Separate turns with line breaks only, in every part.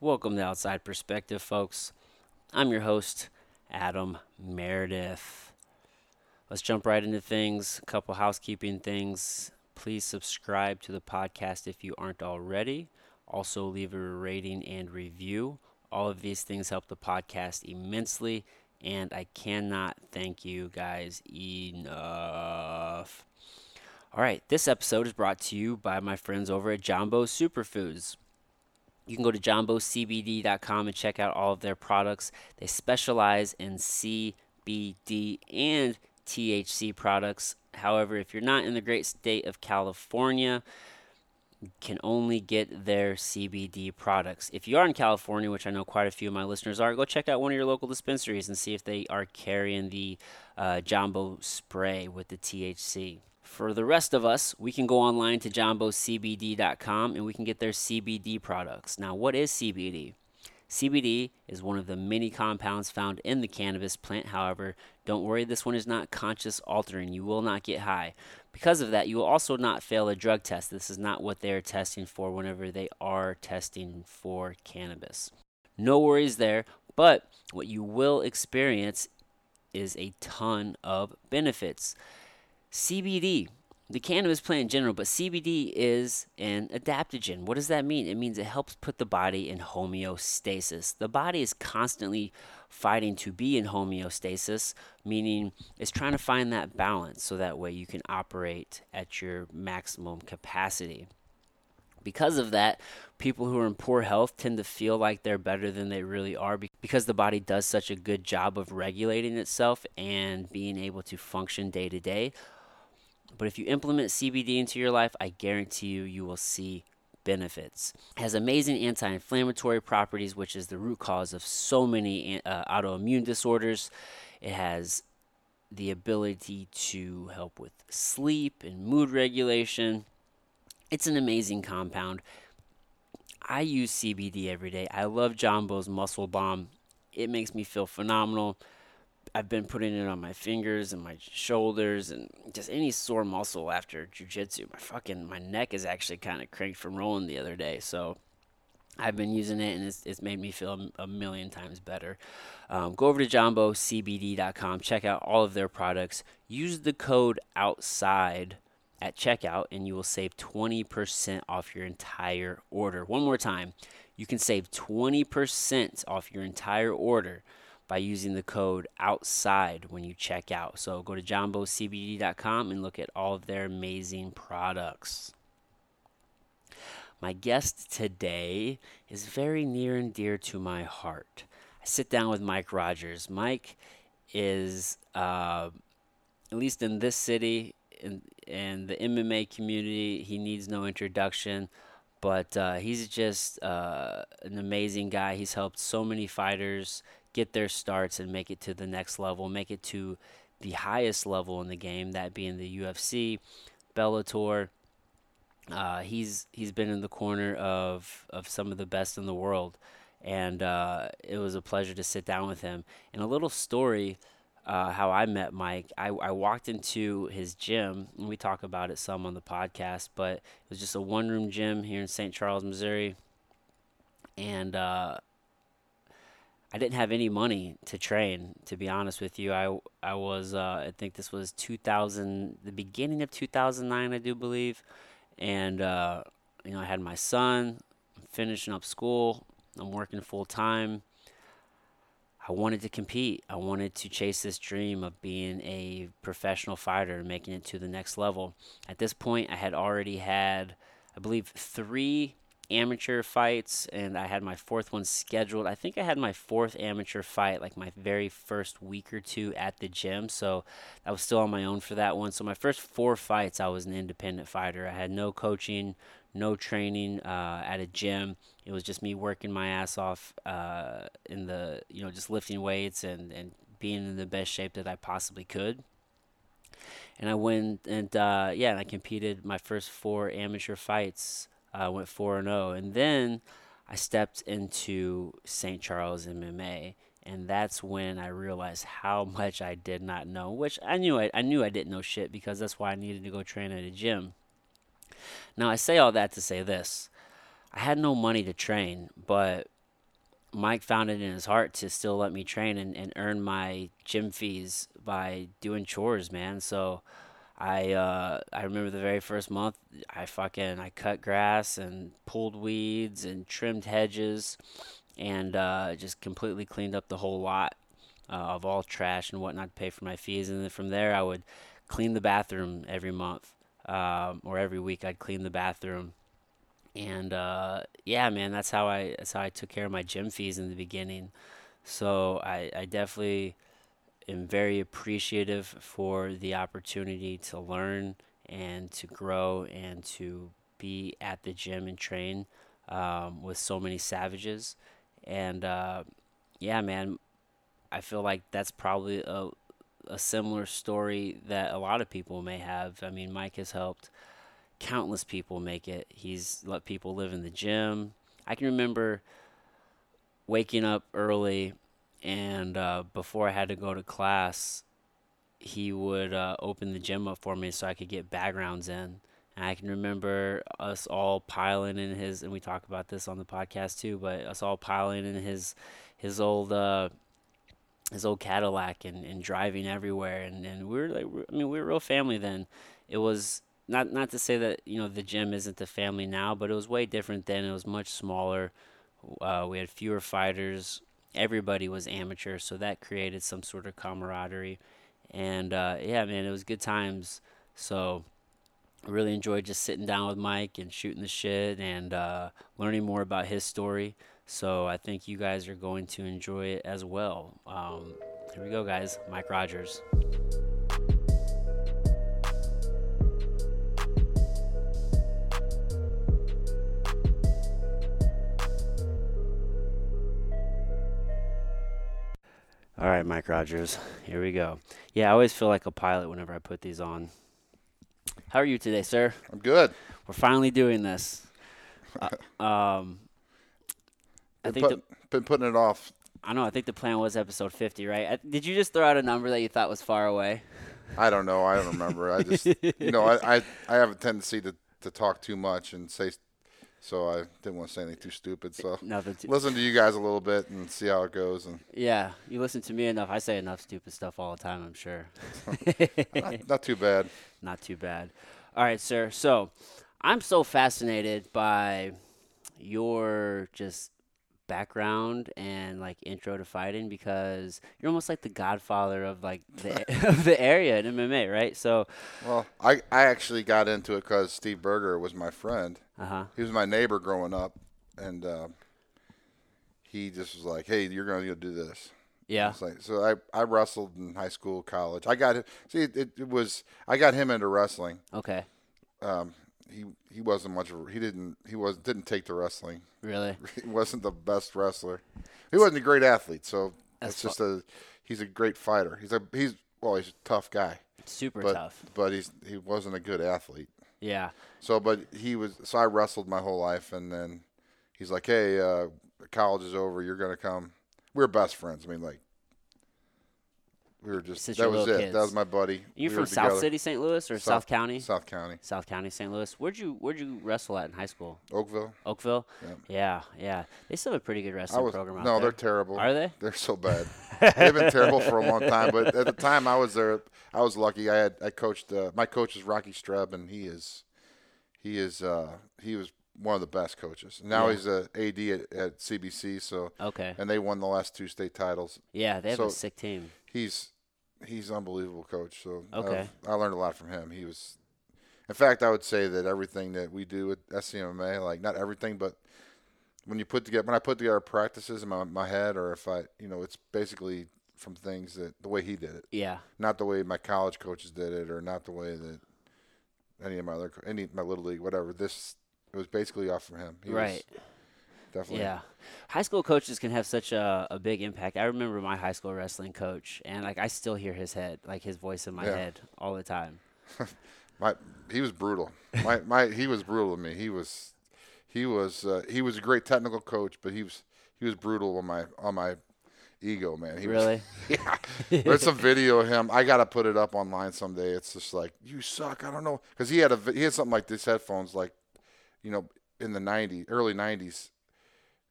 Welcome to Outside Perspective, folks. I'm your host, Adam Meredith. Let's jump right into things. A couple housekeeping things. Please subscribe to the podcast if you aren't already. Also, leave a rating and review. All of these things help the podcast immensely, and I cannot thank you guys enough. All right, this episode is brought to you by my friends over at Jumbo Superfoods. You can go to jumbocbd.com and check out all of their products. They specialize in CBD and THC products. However, if you're not in the great state of California, you can only get their CBD products. If you are in California, which I know quite a few of my listeners are, go check out one of your local dispensaries and see if they are carrying the uh, Jumbo spray with the THC. For the rest of us, we can go online to jombocbd.com and we can get their CBD products. Now, what is CBD? CBD is one of the many compounds found in the cannabis plant. However, don't worry, this one is not conscious altering. You will not get high. Because of that, you will also not fail a drug test. This is not what they are testing for whenever they are testing for cannabis. No worries there, but what you will experience is a ton of benefits. CBD, the cannabis plant in general, but CBD is an adaptogen. What does that mean? It means it helps put the body in homeostasis. The body is constantly fighting to be in homeostasis, meaning it's trying to find that balance so that way you can operate at your maximum capacity. Because of that, people who are in poor health tend to feel like they're better than they really are be- because the body does such a good job of regulating itself and being able to function day to day. But if you implement CBD into your life, I guarantee you, you will see benefits. It has amazing anti inflammatory properties, which is the root cause of so many uh, autoimmune disorders. It has the ability to help with sleep and mood regulation. It's an amazing compound. I use CBD every day. I love Jumbo's Muscle Bomb. It makes me feel phenomenal. I've been putting it on my fingers and my shoulders and just any sore muscle after jujitsu. My fucking my neck is actually kind of cranked from rolling the other day, so I've been using it and it's, it's made me feel a million times better. Um, go over to jombocbd.com, check out all of their products. Use the code outside at checkout and you will save 20% off your entire order. One more time, you can save 20% off your entire order by using the code outside when you check out. So go to jombocbd.com and look at all of their amazing products. My guest today is very near and dear to my heart. I sit down with Mike Rogers. Mike is, uh, at least in this city and in, in, the MMA community, he needs no introduction but uh, he's just uh, an amazing guy. He's helped so many fighters get their starts and make it to the next level, make it to the highest level in the game, that being the UFC, Bellator. Uh, he's he's been in the corner of of some of the best in the world, and uh, it was a pleasure to sit down with him. And a little story. uh, how I met Mike. I, I walked into his gym, and we talk about it some on the podcast, but it was just a one room gym here in St. Charles, Missouri. And uh, I didn't have any money to train, to be honest with you. I, I was, uh, I think this was 2000, the beginning of 2009, I do believe. And, uh, you know, I had my son, I'm finishing up school, I'm working full time. I wanted to compete. I wanted to chase this dream of being a professional fighter and making it to the next level. At this point, I had already had, I believe, three amateur fights, and I had my fourth one scheduled. I think I had my fourth amateur fight, like my very first week or two at the gym. So I was still on my own for that one. So my first four fights, I was an independent fighter. I had no coaching, no training uh, at a gym. It was just me working my ass off uh, in the, you know, just lifting weights and, and being in the best shape that I possibly could. And I went and, uh, yeah, and I competed my first four amateur fights. I went 4 and 0. And then I stepped into St. Charles MMA. And that's when I realized how much I did not know, which I knew I, I knew I didn't know shit because that's why I needed to go train at a gym. Now, I say all that to say this I had no money to train, but Mike found it in his heart to still let me train and, and earn my gym fees by doing chores, man. So I uh, I remember the very first month I fucking I cut grass and pulled weeds and trimmed hedges and uh, just completely cleaned up the whole lot uh, of all trash and whatnot to pay for my fees. And then from there I would clean the bathroom every month um, or every week I'd clean the bathroom and uh, yeah, man, that's how I that's how I took care of my gym fees in the beginning. So I, I definitely am very appreciative for the opportunity to learn and to grow and to be at the gym and train um, with so many savages. And uh, yeah, man, I feel like that's probably a a similar story that a lot of people may have. I mean, Mike has helped countless people make it. He's let people live in the gym. I can remember waking up early, and uh, before I had to go to class, he would uh, open the gym up for me so I could get backgrounds in. And I can remember us all piling in his, and we talk about this on the podcast too, but us all piling in his his old. Uh, his old Cadillac and, and driving everywhere and, and we were like we- I mean we were a real family then. It was not not to say that you know the gym isn't the family now, but it was way different then. It was much smaller. Uh, we had fewer fighters. Everybody was amateur, so that created some sort of camaraderie. And uh, yeah, man, it was good times. So I really enjoyed just sitting down with Mike and shooting the shit and uh, learning more about his story. So I think you guys are going to enjoy it as well. Um, here we go, guys. Mike Rogers. All right, Mike Rogers. Here we go. Yeah, I always feel like a pilot whenever I put these on. How are you today, sir?
I'm good.
We're finally doing this. Uh, um, I
Been,
think the,
put- been putting it off.
I know. I think the plan was episode fifty, right? I, did you just throw out a number that you thought was far away?
I don't know. I don't remember. I just, you know, I, I, I have a tendency to, to talk too much and say, so I didn't want to say anything too stupid. So
Nothing. To,
listen to you guys a little bit and see how it goes. And
yeah, you listen to me enough. I say enough stupid stuff all the time. I'm sure.
not, not too bad.
Not too bad. All right, sir. So, I'm so fascinated by your just background and like intro to fighting because you're almost like the godfather of like the of the area in MMA, right? So,
Well, I, I actually got into it because Steve Berger was my friend.
uh huh.
He was my neighbor growing up, and uh, he just was like, "Hey, you're going to do this."
Yeah.
It's like- so I, I wrestled in high school, college. I got see it, it was I got him into wrestling.
Okay.
um, he he wasn't much. Of, a- he didn't he was didn't take to wrestling.
Really?
He wasn't the best wrestler. He wasn't a great athlete. So
That's
it's just a he's a great fighter. He's a he's well he's a tough guy,
Super
but
tough.
but he's he wasn't a good athlete.
Yeah.
So but he was so I wrestled my whole life and then he's like hey uh, college is over you're gonna come. We were best friends. I mean like. We were just
Since you
that
were
was it.
little
That
kids.
was my buddy.
You're
We
from
were
South
together.
City, St. Louis, or South, County?
South County,
South County, St. Louis. Where'd you Where'd you wrestle at in high school?
Oakville.
Oakville.
Yeah.
Yeah, yeah. They still have a pretty good
I
wrestling
was
program out
no,
there.
they're terrible.
Are they?
They're so bad. They've been terrible for a long time. But at the time I was there, I was lucky. I had I coached. Uh, my coach is Rocky Streb, and he is he is uh, he was one of the best coaches. Now
Yeah.
he's a AD at, at CBC. So
Okay.
and they won the last two state titles.
Yeah, they have a
so-
sick team.
He's he's unbelievable coach. So I've-
Okay.
I learned a lot from him. He was. In fact, I would say that everything that we do at SCMA, like not everything, but when you put together when I put together practices in my, my head or if I you know it's basically from things that the way he did it
Yeah.
not the way my college coaches did it or not the way that any of my other co- any my little league whatever this it was basically off from him He was
Right.
definitely
Yeah. High school coaches can have such a, a big impact. I remember my high school wrestling coach and like I still hear his head, like his voice in my
Yeah.
head all the time.
my he was brutal my my he was brutal to me he was he was uh, he was a great technical coach but he was he was brutal on my on my ego man he was
Really?
yeah. There's some video of him. I gotta put it up online someday. It's just like you suck. I don't know because he had a vi- he had something like this headphones like, you know, in the '90s, early '90s,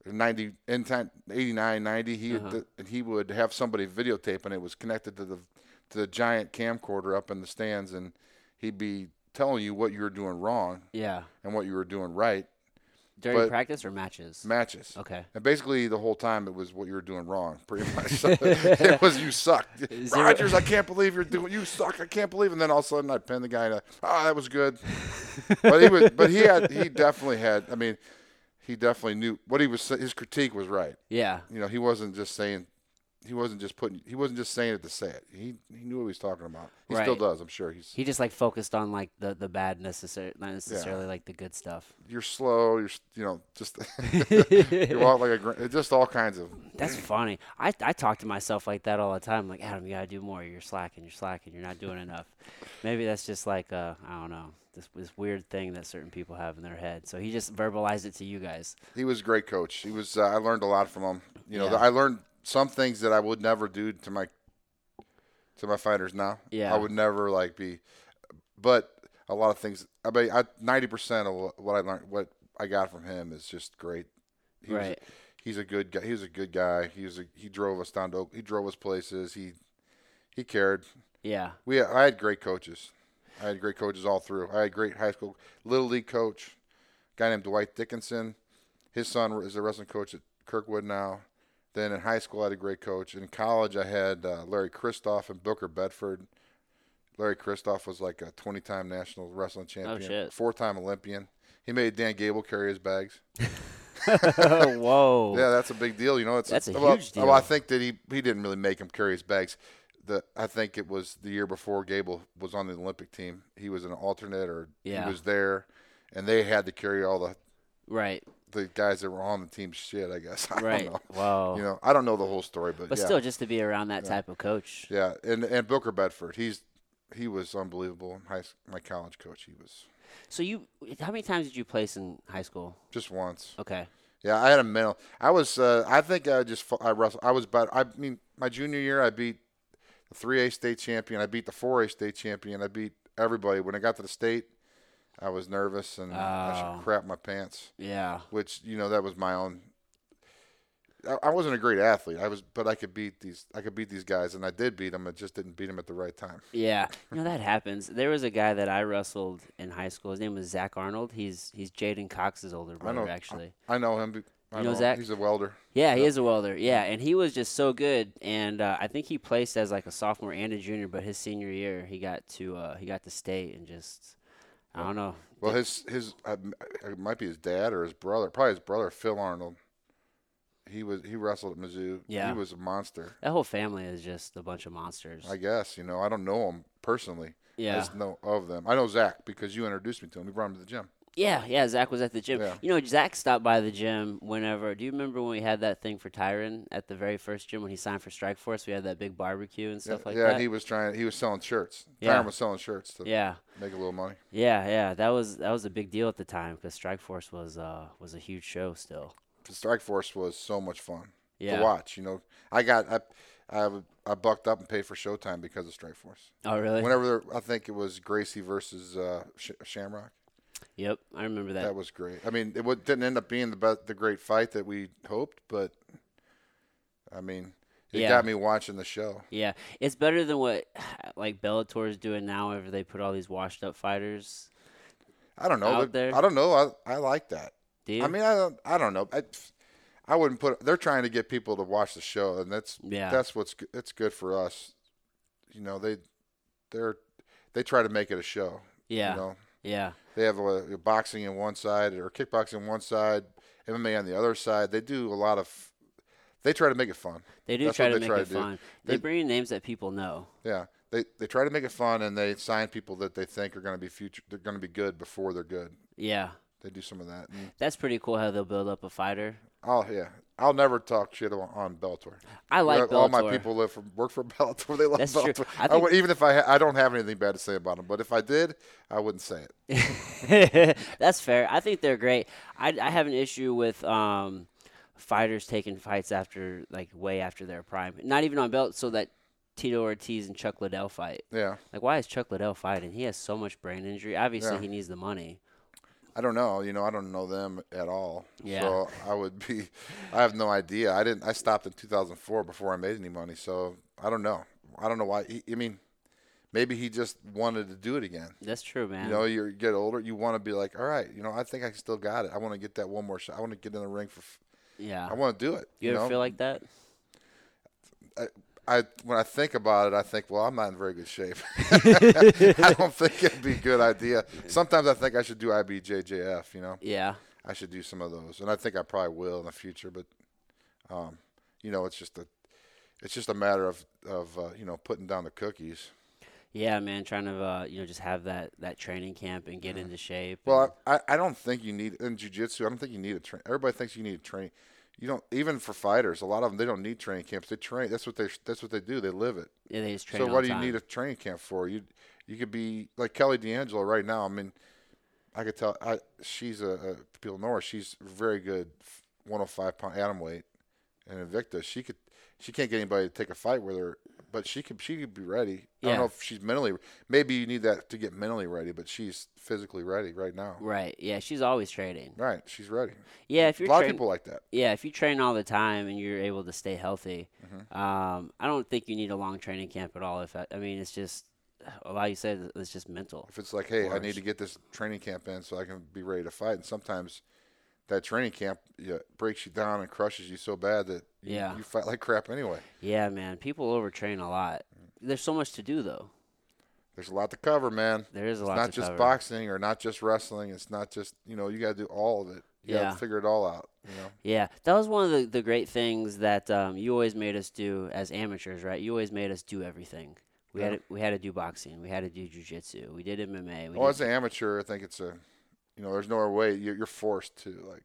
90 in time 89 90 he
Uh-huh.
th- he would have somebody videotape and it was connected to the to the giant camcorder up in the stands and he'd be telling you what you were doing wrong
Yeah.
and what you were doing right
During
But-
practice or matches?
matches
okay.
and basically the whole time it was what you were doing wrong pretty much So it was you sucked
Zero-
Rogers I can't believe you're doing you suck I can't believe and then all of a sudden I'd pin the guy and ah that was good but he was but he had he definitely had I mean he definitely knew what he was his critique was right
Yeah.
you know, he wasn't just saying, he wasn't just putting, he wasn't just saying it to say it. He he knew what he was talking about. He still
Right.
does, I'm sure. He's
He just like focused on like the the bad necessary not necessarily like the good stuff.
you're slow. You're s- you know just you walk like a gra- it's just all kinds of.
That's funny. I I talk to myself like that all the time. Like Adam, you gotta do more. You're slacking. You're slacking. You're not doing enough. Maybe that's just like uh I don't know this this weird thing that certain people have in their head. So he just verbalized it to you guys.
He was a great coach. He was. Uh, I learned a lot from him. You know,
Yeah.
I learned some things that I would never do to my to my fighters now.
Yeah.
I would never like be, but a lot of things. I mean, ninety percent of wh- what I learned, what I got from him, is just great. He was-
right.
he's a good guy. He was a good guy. He was a, he drove us down to Oak- he drove us places. He he cared.
Yeah.
We I had great coaches. I had great coaches all through. I had great high school little league coach, guy named Dwight Dickinson. His son is a wrestling coach at Kirkwood now. Then in high school, I had a great coach. In college, I had uh, Larry Kristoff and Booker Bedford. Larry Kristoff was like a 20-time national wrestling champion,
shit.
four-time Olympian. He made Dan Gable carry his bags.
Whoa.
Yeah, that's a big deal. You know, it's
That's a
well,
huge
Well, I
deal.
think that he he didn't really make him carry his bags. The I think it was the year before Gable was on the Olympic team. He was an alternate, or
Yeah.
he was there, and they had to carry all the
Right.
the guys that were on the team's shit. I guess I
Right.
don't know.
Whoa.
You know, I don't know the whole story, but,
but
yeah,
still, just to be around that type of coach.
yeah, and and Booker Bedford, he's he was unbelievable. My my college coach, he was
So you, how many times did you place in high school?
just once.
Okay.
Yeah, I had a mental. I was. Uh, I think I just. fu- I wrestled. I was about. I mean, my junior year, I beat the three A state champion. I beat the four A state champion. I beat everybody. When I got to the state, I was nervous and I
Oh.
should crap my pants.
Yeah.
Which you know that was my own. I, I wasn't a great athlete. I was, but I could beat these. I could beat these guys, and I did beat them. I just didn't beat them at the right time.
Yeah. You know that happens. There was a guy that I wrestled in high school. His name was Zach Arnold. He's he's Jaden Cox's older brother,
know-
actually.
I know him. be- I
You know
him.
Zach?
He's a welder.
Yeah, he is a welder. Yeah, and he was just so good. And uh, I think he placed as like a sophomore and a junior, but his senior year he got to uh, he got to state and just I don't know.
Well, his his uh, m- it might be his dad or his brother, probably his brother Phil Arnold. He was he wrestled at Mizzou.
Yeah.
he was a monster.
That whole family is just a bunch of monsters.
I guess you know I don't know him personally. I
yeah.
just know of them. I know Zach because you introduced me to him. You brought him to the gym.
Yeah, yeah. Zach was at the gym.
Yeah.
You know, Zach stopped by the gym whenever. Do you remember when we had that thing for Tyron at the very first gym when he signed for Strike Force? We had that big barbecue and stuff
yeah,
like
yeah,
that.
and he was trying. He was selling shirts.
Yeah.
Tyron was selling shirts to
yeah,
make a little money.
yeah, yeah. That was that was a big deal at the time because Strike Force was uh was a huge show still.
Strike Force was so much fun
Yeah.
to watch. You know, I got I, I would- I bucked up and paid for Showtime because of Strike Force.
Oh, really?
Whenever there, I think it was Gracie versus uh, Sh- Shamrock.
yep, I remember that.
That was great. I mean, it wa- didn't end up being the best, the great fight that we hoped, but I mean, it
Yeah.
got me watching the show.
yeah, it's better than what like Bellator is doing now. Whenever they put all these washed up fighters,
I don't know.
Out
but-
there.
I don't know. I, I like that.
do you?
I mean, I don't. I don't know. I, I wouldn't put. They're trying to get people to watch the show, and that's
Yeah.
that's what's g- that's good for us. You know, they they're they try to make it a show.
yeah,
You know,
yeah,
they have a, boxing in one side or kickboxing on one side, MMA on the other side. They do a lot of. They try to make it fun.
they do
That's
try
what
to
they
make
try
it
to do.
fun. They,
They-
bring in names that people know.
Yeah, they they try to make it fun, and they sign people that they think are going to be future. They're going to be good before they're good.
Yeah,
They do some of that. And
That's pretty cool how they'll build up a fighter.
I'll yeah, I'll never talk shit on, on Bellator.
I like
all my
Bellator.
people live for work for Bellator. They love
That's true.
Bellator.
I
I
think-
would, even if I ha- I don't have anything bad to say about them, but if I did, I wouldn't say it.
That's fair. I think they're great. I, I have an issue with um, fighters taking fights after like way after their prime. Not even on belt. So that Tito Ortiz and Chuck Liddell fight.
Yeah,
Like, why is Chuck Liddell fighting? He has so much brain injury. Obviously,
Yeah.
he needs the money.
I don't know. You know, I don't know them at all.
Yeah.
So I would be. I have no idea. I didn't. I stopped in 2004 before I made any money. So I don't know. I don't know why. He, I mean, maybe he just wanted to do it again.
That's true, man.
You know, you get older, you want to be like, all right, you know, I think I still got it. I want to get that one more shot. I want to get in the ring for. f-
yeah.
I want to do it.
Uh-huh. you, ever
know?
feel like that?
I when I think about it, I think, well, I'm not in very good shape. I don't think it'd be a good idea. Sometimes I think I should do IBJJF. You know,
Yeah.
I should do some of those, and I think I probably will in the future. But, um, you know, it's just a, it's just a matter of of uh, you know putting down the cookies.
Yeah, man. Trying to uh, you know just have that that training camp and get into shape. and-
Well, I, I- I don't think you need in jujitsu. I don't think you need a train. Everybody thinks you need a train. You don't even for fighters. A lot of them they don't need training camps. They train. That's what they that's what they do. They live it.
yeah, they just train.
So
all
what
the
do you
time.
need a training camp for? You you could be like Kelly D'Angelo right now. I mean, I could tell. I she's a, a people know her. She's very good, 105 pound atom weight, and Invicta. She could she can't get anybody to take a fight with her, but she could she could be ready. I
Yeah.
don't know if she's mentally. Maybe you need that to get mentally ready, but she's physically ready right now.
Right. Yeah, she's always training.
Right, she's ready.
Yeah, if
A
you're
lot
train-
of people like that.
yeah, if you train all the time and you're able to stay healthy,
Mm-hmm.
um, I don't think you need a long training camp at all. If I, I mean, it's just like you said, it's just mental.
If it's like, hey, I
course.
need to get this training camp in so I can be ready to fight, and sometimes that training camp yeah, breaks you down and crushes you so bad that you,
Yeah.
you fight like crap anyway.
Yeah, man. People overtrain a lot. There's so much to do though.
There's a lot to cover, man.
There is a
It's
lot
not
to
just
cover.
boxing or not just wrestling. It's not just you know you got to do all of it. You got
Yeah.
to figure it all out. You know.
Yeah, that was one of the, the great things that um, you always made us do as amateurs, right? You always made us do everything. We had
Yeah.
to, we had to do boxing, we had to do jujitsu, we did MMA. We
Well,
did,
as an amateur, I think it's a, you know, there's no other way. You're, you're forced to like,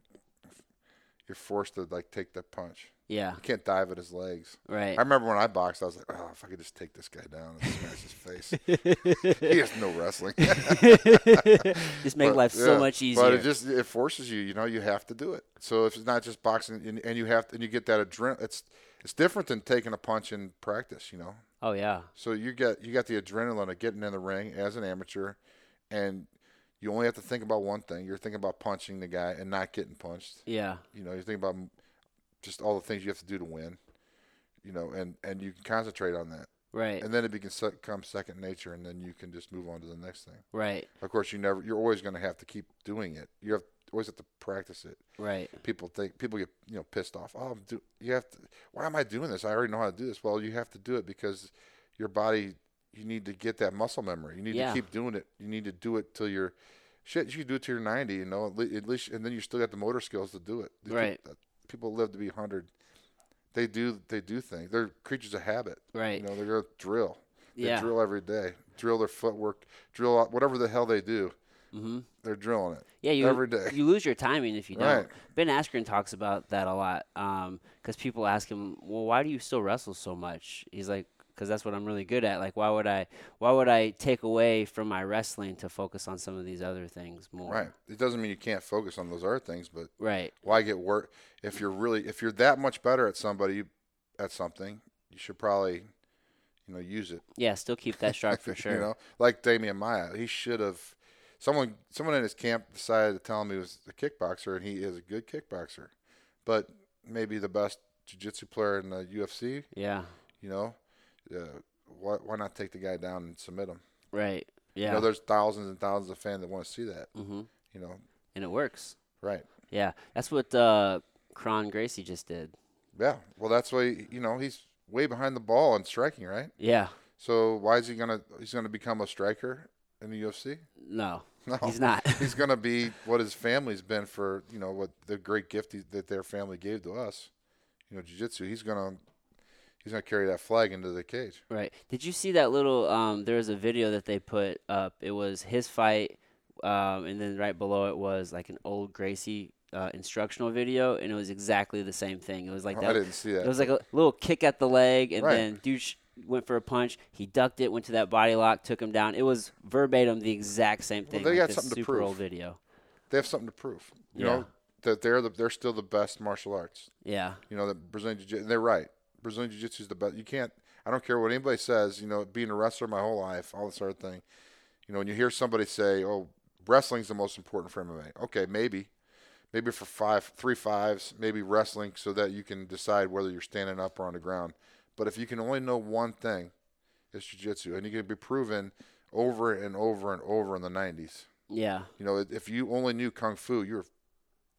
you're forced to like take that punch.
yeah,
You can't dive at his legs.
right.
I remember when I boxed, I was like, oh, if I could just take this guy down and smash his face. he has no wrestling.
Just make
But,
life so
yeah,
much easier.
But it just it forces you. You know, you have to do it. So if it's not just boxing, and, and you have to, and you get that adrenaline, it's it's different than taking a punch in practice. You know,
oh yeah,
so you get you got the adrenaline of getting in the ring as an amateur, and you only have to think about one thing. You're thinking about punching the guy and not getting punched.
yeah,
You know, you think about m- just all the things you have to do to win. You know, and and you can concentrate on that,
right,
and then it becomes sec- become second nature, and then you can just move on to the next thing.
right,
Of course, you never. You're always going to have to keep doing it. You have always have to practice it.
right.
People think people get you know pissed off. Oh, I'm do, you have to. Why am I doing this? I already know how to do this. Well, you have to do it because your body. You need to get that muscle memory. You need
Yeah.
to keep doing it. You need to do it till you're. Shit, you can do it till you're 90. You know, at le- at least, and then you still got the motor skills to do it. These peop-
Right.
uh, People live to be 100. They do. They do things. They're creatures of habit.
Right.
You know, they're gonna drill. They
Yeah.
drill every day. Drill their footwork. Drill out- whatever the hell they do.
Mm-hmm.
They're drilling it.
Yeah, you
every day.
you lose your timing if you don't.
Right.
Ben Askren talks about that a lot because people ask him, "Well, why do you still wrestle so much?" He's like, "Cause that's what I'm really good at. Like, why would I? Why would I take away from my wrestling to focus on some of these other things more?"
Right. It doesn't mean you can't focus on those other things, but
Right.
why get work if you're really if you're that much better at somebody you- at something, you should probably you know use it.
Yeah. Still keep that sharp for sure.
You know, like Damian Maya, he should have someone someone in his camp decided to tell him he was a kickboxer and he is a good kickboxer. But maybe the best jiu-jitsu player in the UFC,
Yeah.
you know, uh, why why not take the guy down and submit him?
Right.
You
Yeah.
know, there's thousands and thousands of fans that want to see that,
mm-hmm.
you know.
And it works.
Right.
Yeah. That's what uh, Kron Gracie just did.
Yeah. Well, that's why you know he's way behind the ball on striking, right?
Yeah.
So why is he gonna he's gonna become a striker in the UFC?
No.
No,
He's not.
Oh, He's gonna be what his family's been for you know what the great gift he, that their family gave to us, you know, jiu-jitsu. He's gonna he's gonna carry that flag into the cage.
Right. Did you see that little? Um, there was a video that they put up. It was his fight, um, and then right below it was like an old Gracie uh, instructional video, and it was exactly the same thing. It was like
Oh, I
that.
didn't see that.
It was like a little kick at the leg, and
Right.
then dude sh- went for a punch. He ducked it, went to that body lock, took him down. It was verbatim the exact same thing.
they
like
got
this
something to
super
prove.
old video.
they have something to prove. You
Yeah.
know that they're the, they're still the best martial arts.
Yeah.
You know that Brazilian jiu-jitsu. They're right. Brazilian jiu-jitsu is the best. You can't. I don't care what anybody says. You know, being a wrestler my whole life, all this sort of thing. You know, when you hear somebody say, "Oh, wrestling's the most important for MMA. Okay, maybe, maybe for five, three fives, maybe wrestling, so that you can decide whether you're standing up or on the ground. But if you can only know one thing, it's jujitsu, and you can be proven over and over and over in the '90s.
Yeah.
You know, if you only knew kung fu, you were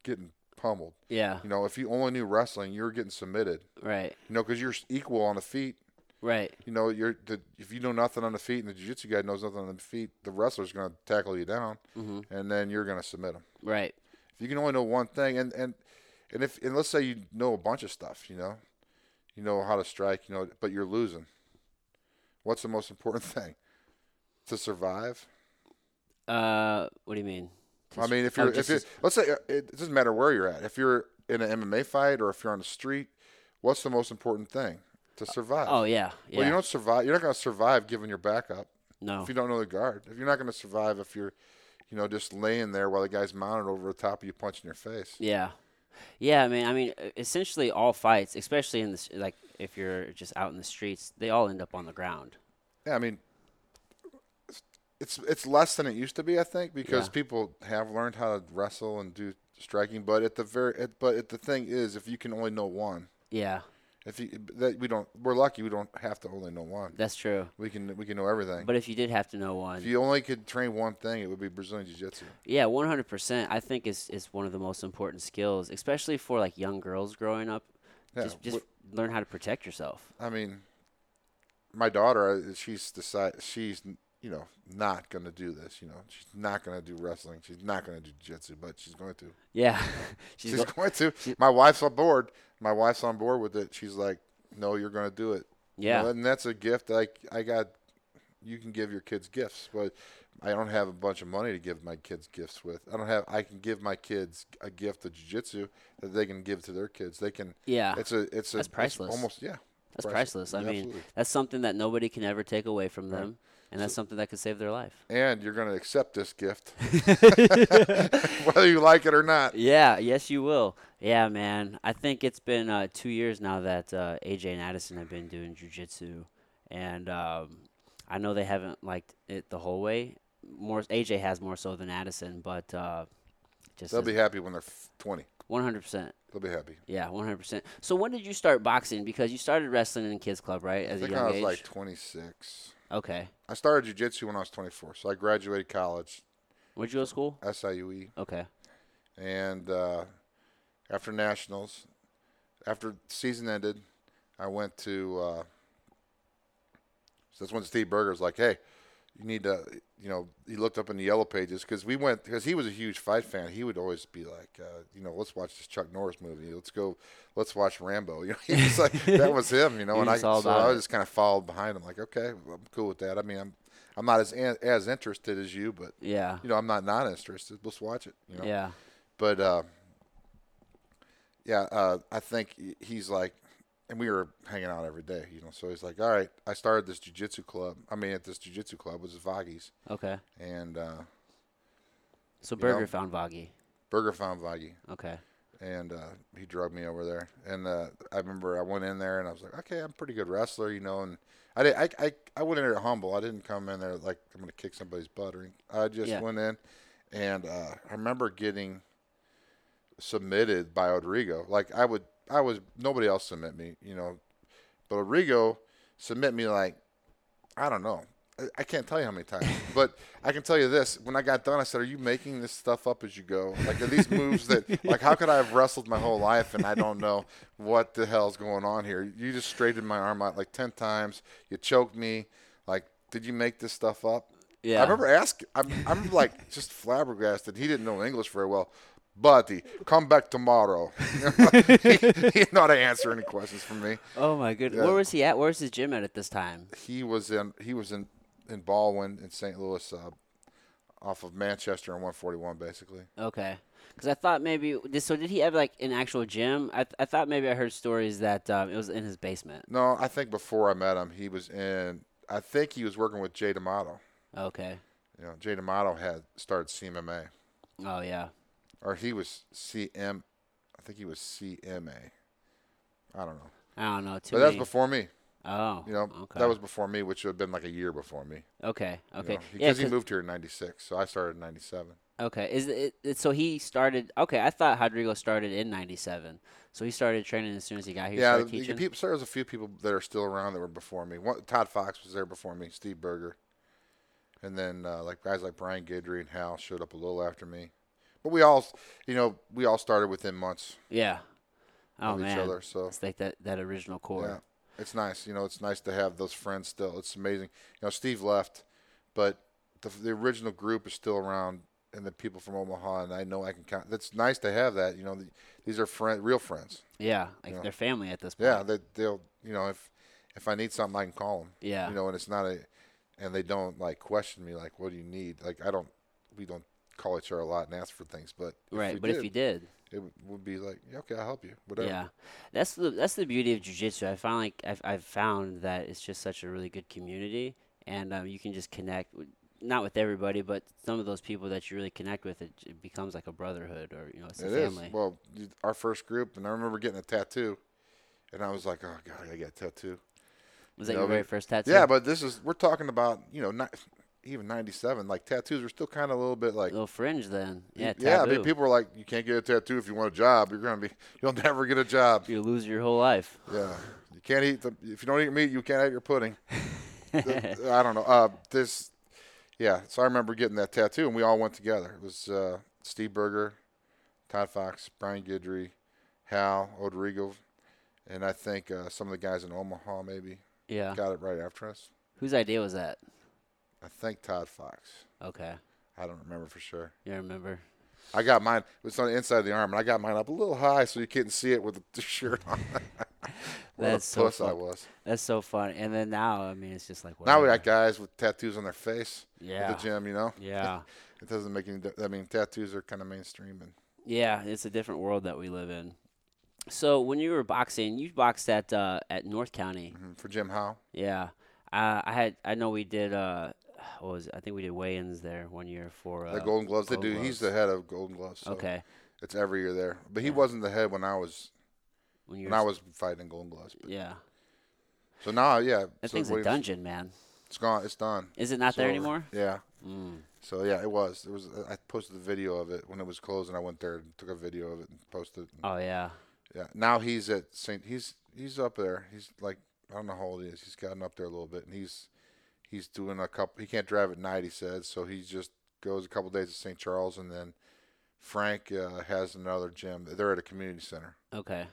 getting pummeled.
Yeah.
You know, if you only knew wrestling, you were getting submitted.
Right.
You know, because you're equal on the feet.
Right.
You know, you're the, if you know nothing on the feet, and the jiu-jitsu guy knows nothing on the feet, the wrestler's going to tackle you down,
hmm
and then you're going to submit him.
Right.
If you can only know one thing, and and and if and let's say you know a bunch of stuff, you know, you know how to strike, you know, but you're losing. What's the most important thing? To survive.
Uh, what do you mean?
I mean, if
Oh,
you're, if
just
you're,
as-
let's say uh, it doesn't matter where you're at. If you're in an MMA fight or if you're on the street, what's the most important thing? To survive.
oh yeah, yeah. Oh.
Well, you don't survive. You're not going to survive giving your back up
no,
if you don't know the guard. If you're not going to survive, if you're, you know, just laying there while the guy's mounted over the top of you, punching your face.
yeah, yeah. I mean, I mean, e- essentially all fights, especially in this, like if you're just out in the streets, they all end up on the ground.
Yeah, I mean, it's it's less than it used to be, I think, because
Yeah.
people have learned how to wrestle and do striking. But at the very, at, but at the thing is, if you can only know one,
Yeah,
if you that we don't, we're lucky we don't have to only know one.
that's true.
We can we can know everything.
But if you did have to know one,
if you only could train one thing, it would be Brazilian Jiu-Jitsu.
Yeah, one hundred percent. I think is is one of the most important skills, especially for like young girls growing up.
Yeah,
just just learn how to protect yourself.
I mean, my daughter, uh, she's decide she's you know not going to do this. You know, she's not going to do wrestling. She's not going to do jiu-jitsu, but she's going to.
Yeah, she's
She's,
go-
going to. my wife's on board. My wife's on board with it. She's like, "No, you're going to do it." You
yeah,
know, and that's a gift. Like I got, you can give your kids gifts, but I don't have a bunch of money to give my kids gifts with. I don't have. I can give my kids a gift of jiu-jitsu that they can give to their kids. They can.
yeah.
It's a. It's
That's
a. it's
priceless.
almost yeah.
That's priceless. I mean,
Absolutely.
that's something that nobody can ever take away from
Right.
them, and that's something that could save their life.
and you're going to accept this gift, whether you like it or not.
Yeah, yes, you will. Yeah, man. I think it's been uh, two years now that uh, AJ and Addison have been doing jujitsu, and um, I know they haven't liked it the whole way. More AJ has more so than Addison, but uh, just
They'll be happy when they're f- 20.
one hundred percent.
They'll be happy.
Yeah, one hundred percent. So when did you start boxing? Because you started wrestling in kids club, right?
I
As a
think
young
I was
age.
like 26.
okay.
I started jujitsu when I was 24, so I graduated college,
Where'd you go to school?
SIUE,
Okay.
and uh, after nationals, after season ended, I went to. Uh, so that's when Steve Berger was like, "Hey, you need to," you know. He looked up in the yellow pages because we went because he was a huge fight fan. He would always be like, uh, "You know, let's watch this Chuck Norris movie. Let's go, let's watch Rambo." You know, he was like, that was him. You know,
He
and I
was all
so
about
I
it.
just kind of followed behind him. Like, okay, I'm cool with that. I mean, I'm I'm not as an- as interested as you, but
Yeah.
you know, I'm not not interested. Let's watch it. You know,
Yeah.
but uh, yeah, uh, I think he- he's like, and we were hanging out every day, you know. So he's like, all right, I started this jujitsu club. I mean, at this jujitsu club was Vagi's,
Okay.
and uh,
So
know?
Burger found Vagi.
Burger found Vagi,
Okay.
and uh, he drug me over there. And uh, I remember I went in there and I was like, okay, I'm a pretty good wrestler, you know. And I did, I, I, I went in there humble. I didn't come in there like I'm gonna kick somebody's butt. Or anything. I just
Yeah.
went in, and uh, I remember getting submitted by Rodrigo. Like I would, I was nobody else submit me, you know, but Rodrigo submit me like I don't know. I, I can't tell you how many times, but I can tell you this. When I got done, I said, "Are you making this stuff up as you go? Like are these moves that, like, how could I have wrestled my whole life and I don't know what the hell's going on here? You just straightened my arm out like ten times. You choked me. Like, did you make this stuff up?"
Yeah.
I remember asking. I'm, I'm like just flabbergasted. He didn't know English very well. Buddy, come back tomorrow. he, he's not answer any questions from me.
Oh my goodness.
Yeah.
Where was he at? Where was his gym at at this time?
He was in. He was in in Baldwin in St. Louis, uh, off of Manchester and 141, basically.
Okay. Because I thought maybe. did- So did he have like an actual gym? I th- I thought maybe I heard stories that um, it was in his basement.
No, I think before I met him, he was in. I think he was working with Jay D'Amato.
Okay.
You know, Jay D'Amato had started CMMA,
Oh yeah.
or he was CM. I think he was CMA. I don't know,
I don't know. Too
but that's
many-
before me.
Oh,
You know,
okay.
that was before me, which would have been like a year before me.
okay,
you
okay,
know,
yeah,
because he
'cause-
moved here in '96, so I started in '97.
okay. Is it, it so he started? Okay, I thought Rodrigo started in '97, so he started training as soon as he got here.
Yeah,
started
the- the
teaching?
people, so there was a few people that are still around that were before me. One, Todd Fox was there before me, Steve Berger, and then uh, like guys like Brian Guidry and Hal showed up a little after me. But we all, you know, we all started within months
yeah. Oh
of
man,
each other. So
it's like that that original core.
yeah, it's nice. You know, it's nice to have those friends still. It's amazing. You know, Steve left, but the, the original group is still around, and the people from Omaha, and I know I can count. That's nice to have that. You know, the, these are friend, real friends.
Yeah, like
Yeah.
their family at this point.
Yeah, they, they'll. You know, if if I need something, I can call them.
Yeah.
You know, and it's not a, and they don't like question me like, what do you need? Like I don't, we don't call each other a lot and ask for things, but if
right.
we
but if
did,
you did,
it would- would be like, yeah, okay, I'll help you. Whatever.
yeah, that's the that's the beauty of jujitsu. I found like I've I've found that it's just such a really good community, and um, you can just connect. With, not with everybody, but some of those people that you really connect with, it, it becomes like a brotherhood, or you know, it's a
It is.
family.
Well, you- our first group, and I remember getting a tattoo, and I was like, "Oh God, I gotta get a tattoo."
Was that
you
your
know, but-
very first tattoo?
Yeah, but this is we're talking about you know not even '97. Like tattoos are still kind of a little bit like
a little fringe then. Yeah,
yeah. I
taboo.
mean, people are like, "You can't get a tattoo if you want a job. You're gonna be you'll never get a job."
you lose your whole life.
Yeah, you can't eat the if you don't eat meat, you can't have your pudding. Th- I don't know. Uh, this, yeah. So I remember getting that tattoo, and we all went together. It was uh, Steve Berger, Todd Fox, Brian Guidry, Hal Odrigo, and I think uh, some of the guys in Omaha maybe
Yeah.
got it right after us.
Whose idea was that?
I think Todd Fox.
Okay,
I don't remember for sure.
you remember?
I got mine. It was on the inside of the arm, and I got mine up a little high so you couldn't see it with the shirt on. what
That's
a
so
puss I
fun-
was.
That's so funny. And then now, I mean, it's just like
Now we
whatever.
got guys with tattoos on their face.
yeah,
at the gym, you know?
yeah.
It doesn't make any di- I mean, tattoos are kind of mainstream. and
Yeah, it's a different world that we live in. So when you were boxing, you boxed at uh, at North County.
mhm, For Jim Howe,
Yeah, uh, I had I know we did. Uh, what was it? I think we did weigh-ins there one year for uh,
the Golden Gloves, they
Golden
do.
Gloves.
He's the head of Golden Gloves. So
Okay,
It's every year there. But he
Yeah.
wasn't the head when I was
when you
when
were,
I was fighting in Golden Gloves.
yeah,
So now, yeah.
that
so
thing's
what
a
he was-
dungeon, man.
It's gone. It's done.
Is it not
It's
there
over.
anymore?
Yeah.
Mm.
So yeah, it was. There was. I posted the video of it when it was closed, and I went there and took a video of it and posted. it.
Oh yeah,
Yeah. Now he's at Saint. He's he's up there. He's like I don't know how old he is. He's gotten up there a little bit, and he's he's doing a couple. He can't drive at night. He says so. He just goes a couple days to Saint Charles, and then Frank uh, has another gym. They're at a community center.
okay.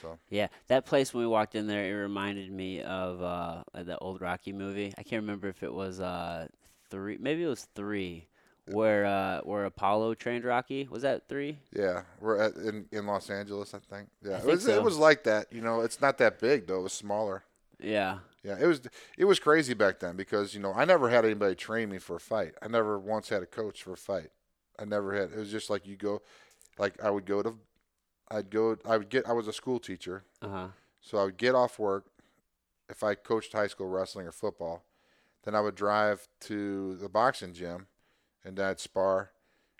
So
Yeah, that place when we walked in there, it reminded me of uh, the old Rocky movie. I can't remember if it was uh, three, maybe it was three, where uh, where Apollo trained Rocky. Was that three?
yeah, we're at, in in Los Angeles, I think. Yeah,
I
it
think
was
so.
it was like that. You know, it's not that big though. It was smaller.
Yeah,
Yeah, it was it was crazy back then because you know I never had anybody train me for a fight. I never once had a coach for a fight. I never had. It was just like you go, like I would go to, I'd go. I would get. I was a school teacher,
uh huh,
so I would get off work. If I coached high school wrestling or football, then I would drive to the boxing gym, and then I'd spar,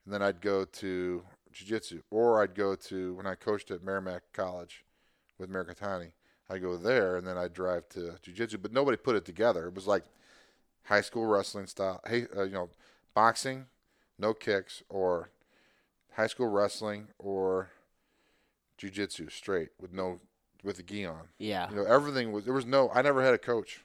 and then I'd go to jiu-jitsu, or I'd go to when I coached at Merrimack College with Mercatani. I go there, and then I drive to jiu-jitsu. But nobody put it together. It was like high school wrestling style. Hey, uh, you know, boxing, no kicks, or high school wrestling or jiu-jitsu straight with no with a gi on.
yeah,
You know, everything was there was no. I never had a coach.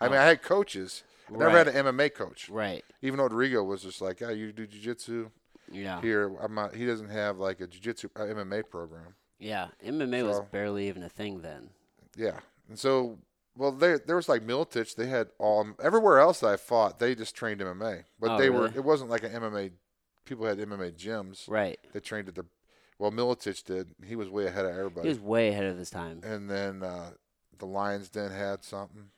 I
Oh.
mean, I had coaches. I never had an MMA coach.
right,
Even Rodrigo was just like, "Yeah, you do jujitsu
yeah,
here." I'm not, he doesn't have like a jujitsu uh, MMA program.
yeah. MMA was
So-
barely even a thing then.
Yeah, and so well, there there was like Militich. They had all everywhere else I fought. They just trained MMA, but
Oh,
they were
really?
it wasn't like an MMA. People had MMA gyms.
Right,
They trained at the well, Militich did. He was way ahead of
he
everybody.
was way ahead of his time.
and then uh, the Lions Den had something.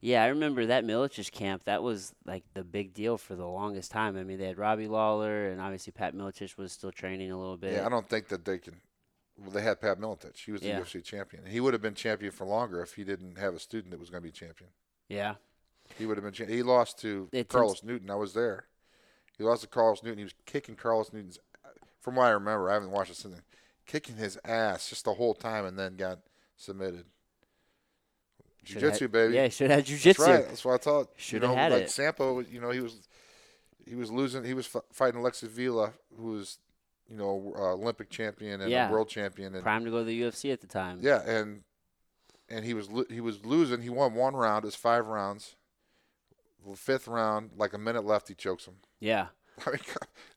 Yeah, I remember that Milicic camp. That was like the big deal for the longest time. I mean, they had Robbie Lawler, and obviously Pat Milicic was still training a little bit.
Yeah, I don't think that they can. Well, they had Pat Militich. He was the
Yeah.
UFC champion. He would have been champion for longer if he didn't have a student that was going to be champion.
yeah.
He would have been. Cha- he lost to
It tends-
Carlos Newton. I was there. He lost to Carlos Newton. He was kicking Carlos Newton's. From what I remember, I haven't watched it since. then, Kicking his ass just the whole time, and then got submitted.
Shoulda
Jiu-jitsu,
had-
baby.
Yeah, should have jujitsu.
That's right. That's what I thought. You
Shoulda
know,
had
like
it.
Sampo, you know, he was he was losing. He was f- fighting Alexis Vila, who was you know uh, Olympic champion and
Yeah.
a world champion, and
Prime to go to the UFC at the time.
yeah, and and he was lo- he was losing. He won one round. It's five rounds. The fifth round, like a minute left, he chokes him.
Yeah.
I mean,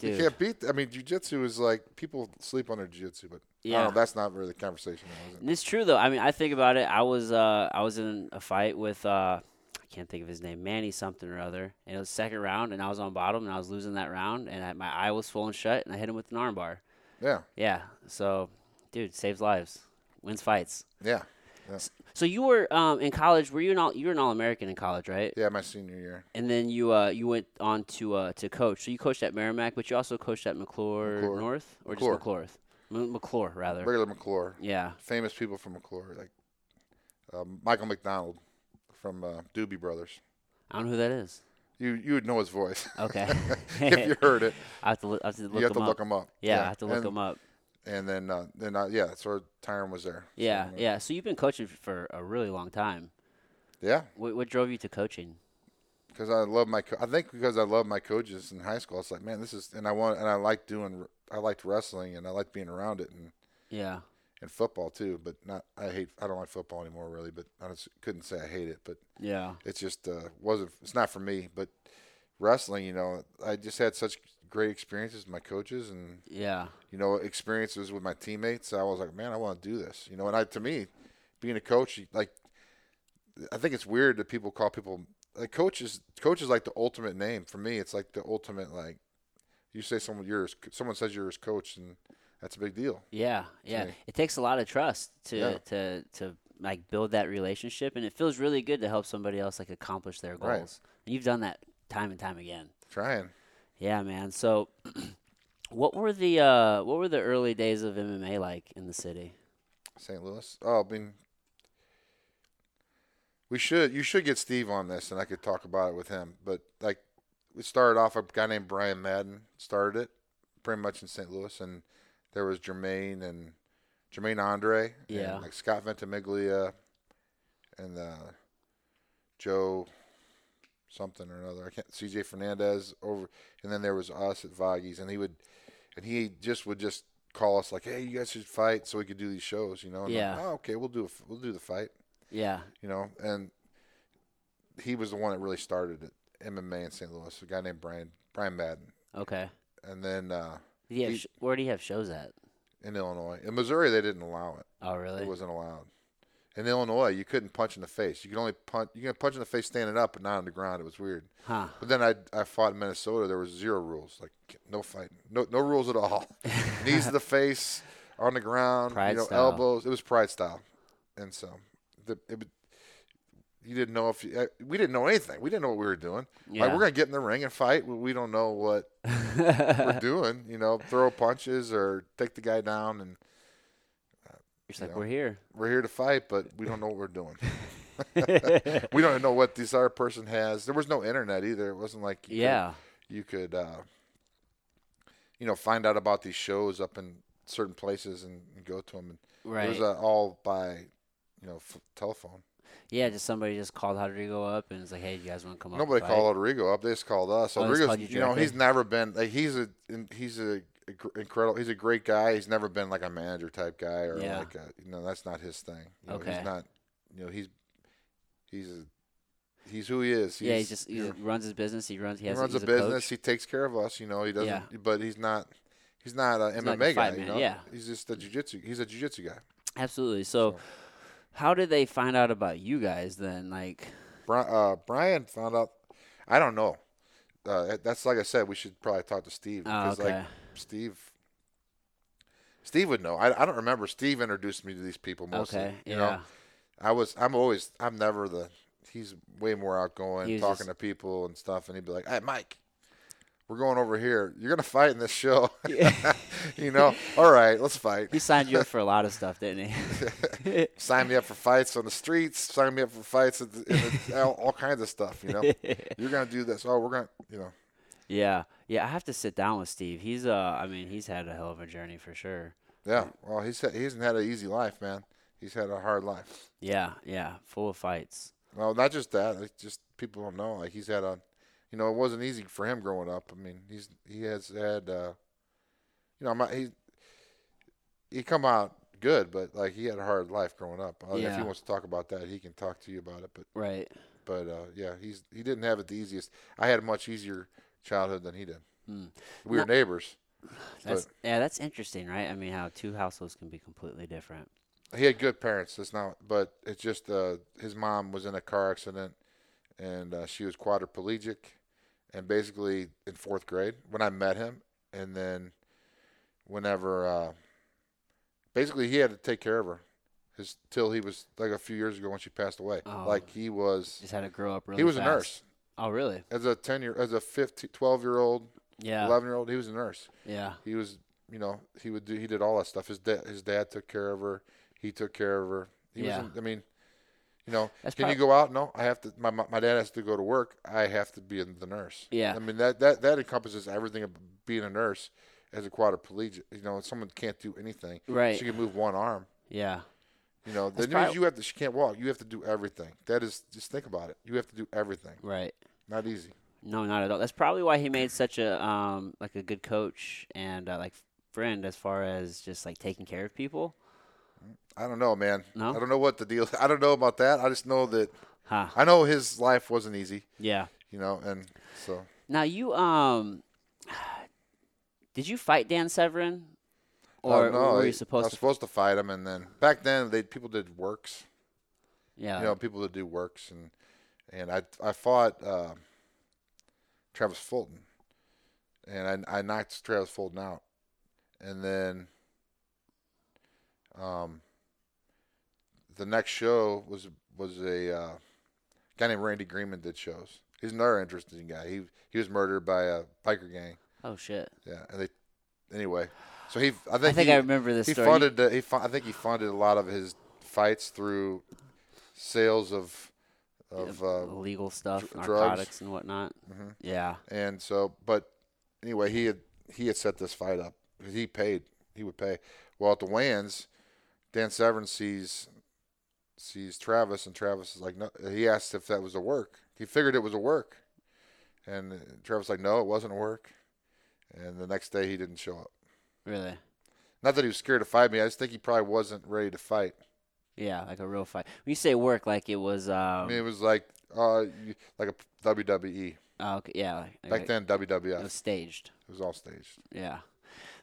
you
Dude.
can't beat. I mean, jujitsu is like people sleep on their jujitsu, but I
Yeah.
don't know, that's not really the conversation. Now, is it?
And it's true though. I mean, I think about it. I was uh, I was in a fight with uh, I can't think of his name, Manny something or other, and it was second round, and I was on bottom, and I was losing that round, and I, my eye was swollen shut, and I hit him with an armbar.
Yeah,
Yeah. So, dude, saves lives, wins fights.
yeah,
So you were um, in college. Were you an all, you were an all American in college, right?
yeah. My senior year,
And then you uh, you went on to uh, to coach. So you coached at Merrimack, but you also coached at McClure,
McClure.
North or
McClure.
just McClure, M- McClure rather.
regular McClure,
Yeah.
famous people from McClure, like um, Michael McDonald from uh, Doobie Brothers.
I don't know who that is.
You you would know his voice
Okay.
if you heard it.
I have to look, I have to look
you have to
them
look
up.
him up.
Yeah, I have to look
and,
them up.
And then uh, then uh, yeah, so Tyron was there. So,
Yeah,
uh,
yeah. So you've been coaching f- for a really long time.
yeah.
What, what drove you to coaching?
because I love my. Co- I think because I love my coaches in high school, it's like man, this is and I want and I like doing. I liked wrestling and I liked being around it and
Yeah,
and football too. But not I hate. I don't like football anymore really. But I just couldn't say I hate it. But
yeah,
it just uh, wasn't. It's not for me. But wrestling, you know, I just had such great experiences with my coaches and
yeah,
you know experiences with my teammates. I was like, man, I want to do this. You know, and I to me, being a coach, you- like, I think it's weird that people call people like coaches. Coach is like the ultimate name for me. It's like the ultimate like. You say someone you're his- someone says you're his coach, and that's a big deal.
yeah, yeah.
me.
It takes a lot of trust to
Yeah.
to to like build that relationship, and it feels really good to help somebody else like accomplish their goals.
Right.
And you've done that time and time again.
Trying.
Yeah, man. So, what were the uh, what were the early days of MMA like in the city?
St. Louis. Oh, I mean, we should you should get Steve on this, and I could talk about it with him. But like, we started off a guy named Brian Madden started it, pretty much in St. Louis, and there was Jermaine and Jermaine Andre,
Yeah.
and like Scott Ventimiglia, and uh, Joe something or another. I can't CJ Fernandez over, and then there was us at Voggies, and he would, and he just would just call us like, "Hey, you guys should fight," so we could do these shows, you know? And I'm like,
Yeah.
oh, okay, we'll do a f we'll do the fight,
Yeah,
you know. And he was the one that really started it, MMA in St. Louis. A guy named Brian Brian Madden,
okay.
and then uh,
Did he have
He-
sh- where do you have shows at?
in Illinois, in Missouri, they didn't allow it.
Oh, really?
It wasn't allowed. In Illinois, you couldn't punch in the face. You could only punch. You can punch in the face standing up, but not on the ground. It was weird.
Huh?
But then I I fought in Minnesota. There was zero rules, like no fighting, no no rules at all. Knees to the face, on the ground,
Pride
you know,
style.
elbows. It was pride style, and so the it, would- you didn't know if you, uh, we didn't know anything. We didn't know what we were doing. Like we're gonna get in the ring and fight. but We don't know what we're doing. You know, throw punches or take the guy down, and
It's like
know.
we're here.
we're here to fight, but we don't know what we're doing. we don't know what this other person has. There was no internet either. It wasn't like you could-
yeah.
you could uh, you know find out about these shows up in certain places and, and go to them. And It
Right.
was uh, all by you know f- telephone.
yeah, just somebody just called Rodrigo up and was like, "Hey, you guys want to come up?" and
Nobody
fight?"
called Rodrigo up. They just called us.
Oh, they just
Rodrigo's,
called you
you, know, he's
directly?
never been like he's a in- he's a, a gr- incredible. He's a great guy. He's never been like a manager type guy or
Yeah.
like a, you know that's not his thing. You know,
Okay.
He's not. You know he's he's a, he's who he is.
yeah, he just
you
he
know.
runs his business. He runs. He,
He
has
runs a,
he's
business.
coach.
He takes care of us. You know, he doesn't.
Yeah.
But he's not. He's not a
not
MMA
the
guy.
fight
You
man,
know?
yeah.
He's just a jujitsu. He's a jujitsu guy.
Absolutely. So, how did they find out about you guys then? Like,
Bri- uh, Brian found out. I don't know. Uh, that's like I said. We should probably talk to Steve
oh, okay.
like Steve. Steve would know. I, I don't remember. Steve introduced me to these people mostly.
okay.
You
yeah.
know, I was. I'm always. I'm never the. He's way more
He
outgoing,
was
talking
just-
to people and stuff, and he'd be like, "Hey, Mike, we're going over here. You're gonna fight in this show."
Yeah.
you know, all right, let's fight.
he signed you up for a lot of stuff, didn't he?
Sign me up for fights on the streets. Sign me up for fights at the, in the, all, all kinds of stuff. You know, you're gonna do this. Oh, we're gonna, you know,
yeah. Yeah. I have to sit down with Steve. He's uh, I mean, he's had a hell of a journey for sure.
yeah. Well, he's had- he hasn't had an easy life, man. he's had a hard life.
Yeah, yeah, full of fights.
Well, not just that. It's just people don't know. Like he's had a, you know, it wasn't easy for him growing up. I mean, he's he has had, uh, you know, my, he he come out good, but like he had a hard life growing up. Uh, If
Yeah.
he wants to talk about that, he can talk to you about it. But
Right.
but uh, yeah, he's he didn't have it the easiest. I had a much easier childhood than he did.
Mm.
We were neighbors.
That's yeah, that's interesting, right? I mean, how two households can be completely different.
he had good parents. That's not, but it's just uh, his mom was in a car accident, and uh, she was quadriplegic, and basically in fourth grade when I met him, and then whenever, uh, basically he had to take care of her, his till he was like a few years ago when she passed away.
Oh.
Like he was,
Just had to grow up really.
he was
fast.
a nurse
Oh, really?
as a ten year, as a 15, 12 year old,
Yeah.
eleven year old. He was a nurse
Yeah.
he was you know he would do he did all that stuff his dad his dad took care of her he took care of her he
Yeah.
was in, i mean you know
That's
can you go out no i have to my, my my dad has to go to work i have to be the nurse
Yeah.
i mean that that that encompasses everything of being a nurse as a quadriplegic you know someone can't do anything
Right.
she can move one arm
Yeah.
you know
That's
that means
prob-
you have to she can't walk you have to do everything that is just think about it you have to do everything
Right.
not easy
No, not at all. That's probably why he made such a um like a good coach and uh, like friend as far as just like taking care of people.
i don't know man
No?
i don't know what the deal i don't know about that i just know that
Huh.
i know his life wasn't easy
Yeah.
you know, and so
Now you um did you fight Dan Severin? Or
Oh, no,
were
I-
you supposed
I was
to
supposed to fight him, and then back then they people did works,
Yeah.
you know, people that do works, and and I I fought uh, Travis Fulton, and I I knocked Travis Fulton out, and then um the next show was was a uh, guy named Randy Greenman did shows. He's another interesting guy. He he was murdered by a biker gang.
Oh shit.
Yeah, and they anyway. So he I think
I think
he,
I remember this
he
story.
funded the, he fu- I think he funded a lot of his fights through sales of of uh,
illegal stuff,
drugs.
narcotics and whatnot.
mhm.
Yeah.
and so but anyway he had he had set this fight up 'cause he paid he would pay well at the weigh-ins Dan Severn sees sees Travis and Travis is like no he asked if that was a work he figured it was a work and uh, Travis like no it wasn't a work and the next day he didn't show up
Really.
not that he was scared to fight me I just think he probably wasn't ready to fight
Yeah, like a real fight. When you say work, like it was,
I
um,
mean, it was like uh, you- like a p- WWE
oh, okay, yeah, like,
back
like
then. WWF.
it was staged.
It was all staged.
Yeah,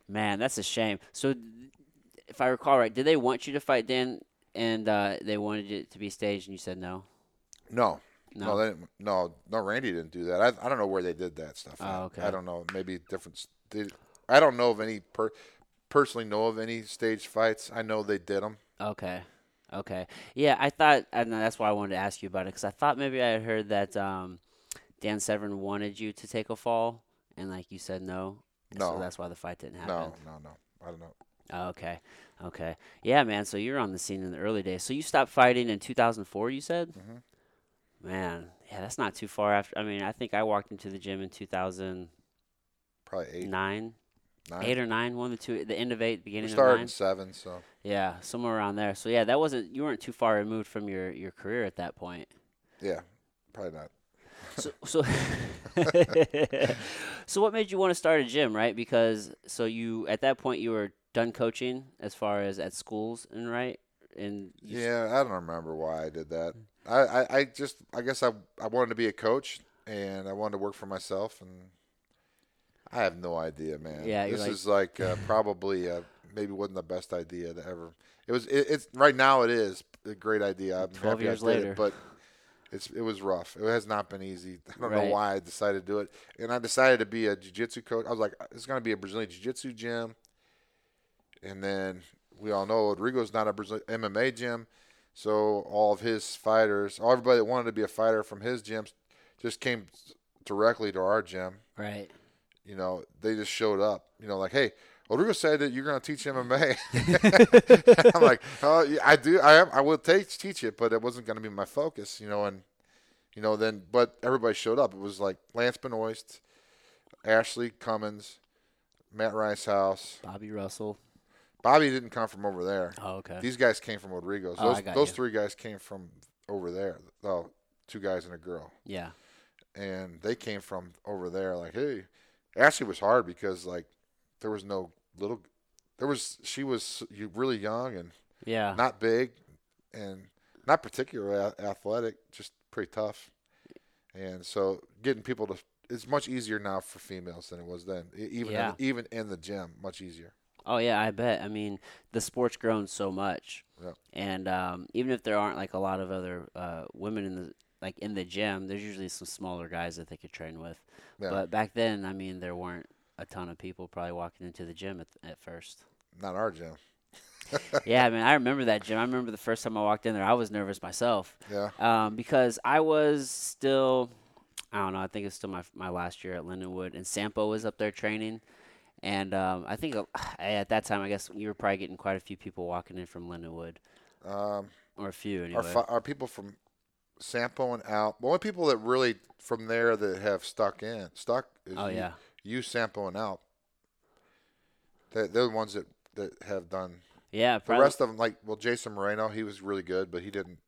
man, that's a shame. So, if I recall right, did they want you to fight Dan, and uh, they wanted it to be staged, and you said no?
No,
No.
no, they didn't, no, no. Randy didn't do that. I, I don't know where they did that stuff.
Oh,
at.
okay.
I don't know. Maybe different. s- They, I don't know of any per, personally know of any staged fights. I know they did them.
Okay. Okay. Yeah, I thought, and that's why I wanted to ask you about it, because I thought maybe I had heard that um, Dan Severn wanted you to take a fall, and like you said no. and So
No.
that's why the fight didn't happen.
No, no, no. I don't know.
Oh, Okay. Okay. Yeah, man. So you were on the scene in the early days. So you stopped fighting in 2004, you said?
Mhm.
Man, yeah, that's not too far after. I mean, I think I walked into the gym in 2009,
Probably eight, nine.
eight or nine, one of the two, the end of eight,
we
beginning of
started
nine.
in seven, so
Yeah, somewhere around there. So yeah, that wasn't, you weren't too far removed from your, your career at that point.
yeah, probably not.
So, so, so what made you want to start a gym, right? Because, so you, at that point, you were done coaching as far as at schools and right? And you s-
Yeah, I don't remember why I did
Mm.
that. I, I, I just I guess I I wanted to be a coach and I wanted to work for myself and I have no idea, man.
Yeah, you're
this
like-
is like uh, probably uh, maybe wasn't the best idea to ever. It was it, it's right now it is a great idea. I'm
12
happy
years
I did
later.
it, but it's it was rough. It has not been easy. I don't
Right.
know why I decided to do it. And I decided to be a jiu-jitsu coach. I was like, it's going to be a Brazilian jiu-jitsu gym. And then we all know Rodrigo's not a Brazilian MMA gym, so all of his fighters, all everybody that wanted to be a fighter from his gyms, just came directly to our gym.
right.
You know, they just showed up. You know, like, hey, Rodrigo said that you're going to teach MMA. I'm like, oh, yeah, I do. I am. I will take teach it, but it wasn't going to be my focus. You know, and you know, then but everybody showed up. It was like Lance Benoist, Ashley Cummins, Matt Ricehouse,
Bobby Russell.
Bobby didn't come from over there.
Oh, okay.
These guys came from Rodrigo's.
Oh, I
Those,
got
those
you.
three guys came from over there. Oh, two guys and a girl.
yeah.
and they came from over there. Like, hey, Ashley was hard because like there was no little, there was she was you really young and
Yeah.
not big and not particularly a- athletic, just pretty tough. And so getting people to it's much easier now for females than it was then, e- even
Yeah.
in, even in the gym, much easier.
Oh yeah, I bet. I mean, the sport's grown so much,
Yep.
and um, even if there aren't like a lot of other uh, women in the like in the gym, there's usually some smaller guys that they could train with.
Yeah,
But back then, I mean, there weren't a ton of people probably walking into the gym at, at first.
not our gym.
yeah, I mean, I remember that gym. I remember the first time I walked in there, I was nervous myself
Yeah,
um, because I was still, I don't know, I think it's still my my last year at Lindenwood, and Sampo was up there training, and um, I think uh, at that time, I guess you were probably getting quite a few people walking in from Lindenwood,
um,
or a few
are
anyway.
fi- are people from Sampo and out? The only people that really from there that have stuck in stuck is
oh
you-
yeah,
you Sampo and Alp. They're, they're the ones that, that have done
yeah,
the
probably.
rest of them. Like well, Jason Moreno, he was really good, but he didn't,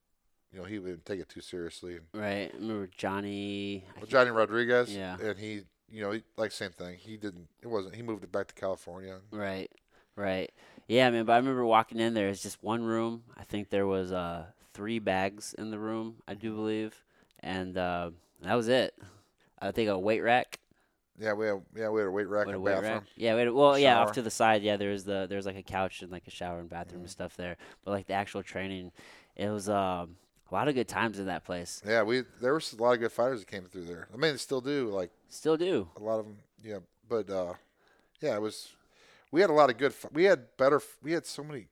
you know, he wouldn't take it too seriously. And,
right. I remember Johnny? I
well,
can't-
Johnny Rodriguez,
Yeah.
and he, you know, he, like same thing. He didn't. It wasn't. He moved it back to California.
Right, right. Yeah, man. But I remember walking in there. It's just one room. I think there was uh three bags in the room, I
Mm-hmm.
do believe, and uh, that was it. I think a weight rack.
Yeah, we had yeah we had a weight rack
What
and
a
a
weight
bathroom.
rack. Yeah, wait, well, yeah, off
Shower. Mm-hmm.
to the side. Yeah, there was the there was like a couch and like a shower and bathroom and stuff there. But like the actual training, it was um, a lot of good times in that place.
Yeah, we there was a lot of good fighters that came through there. I mean, they still do. Like
Still do.
a lot of them. Yeah, but uh, yeah, it was. We had a lot of good. fi- We had better. We had so many.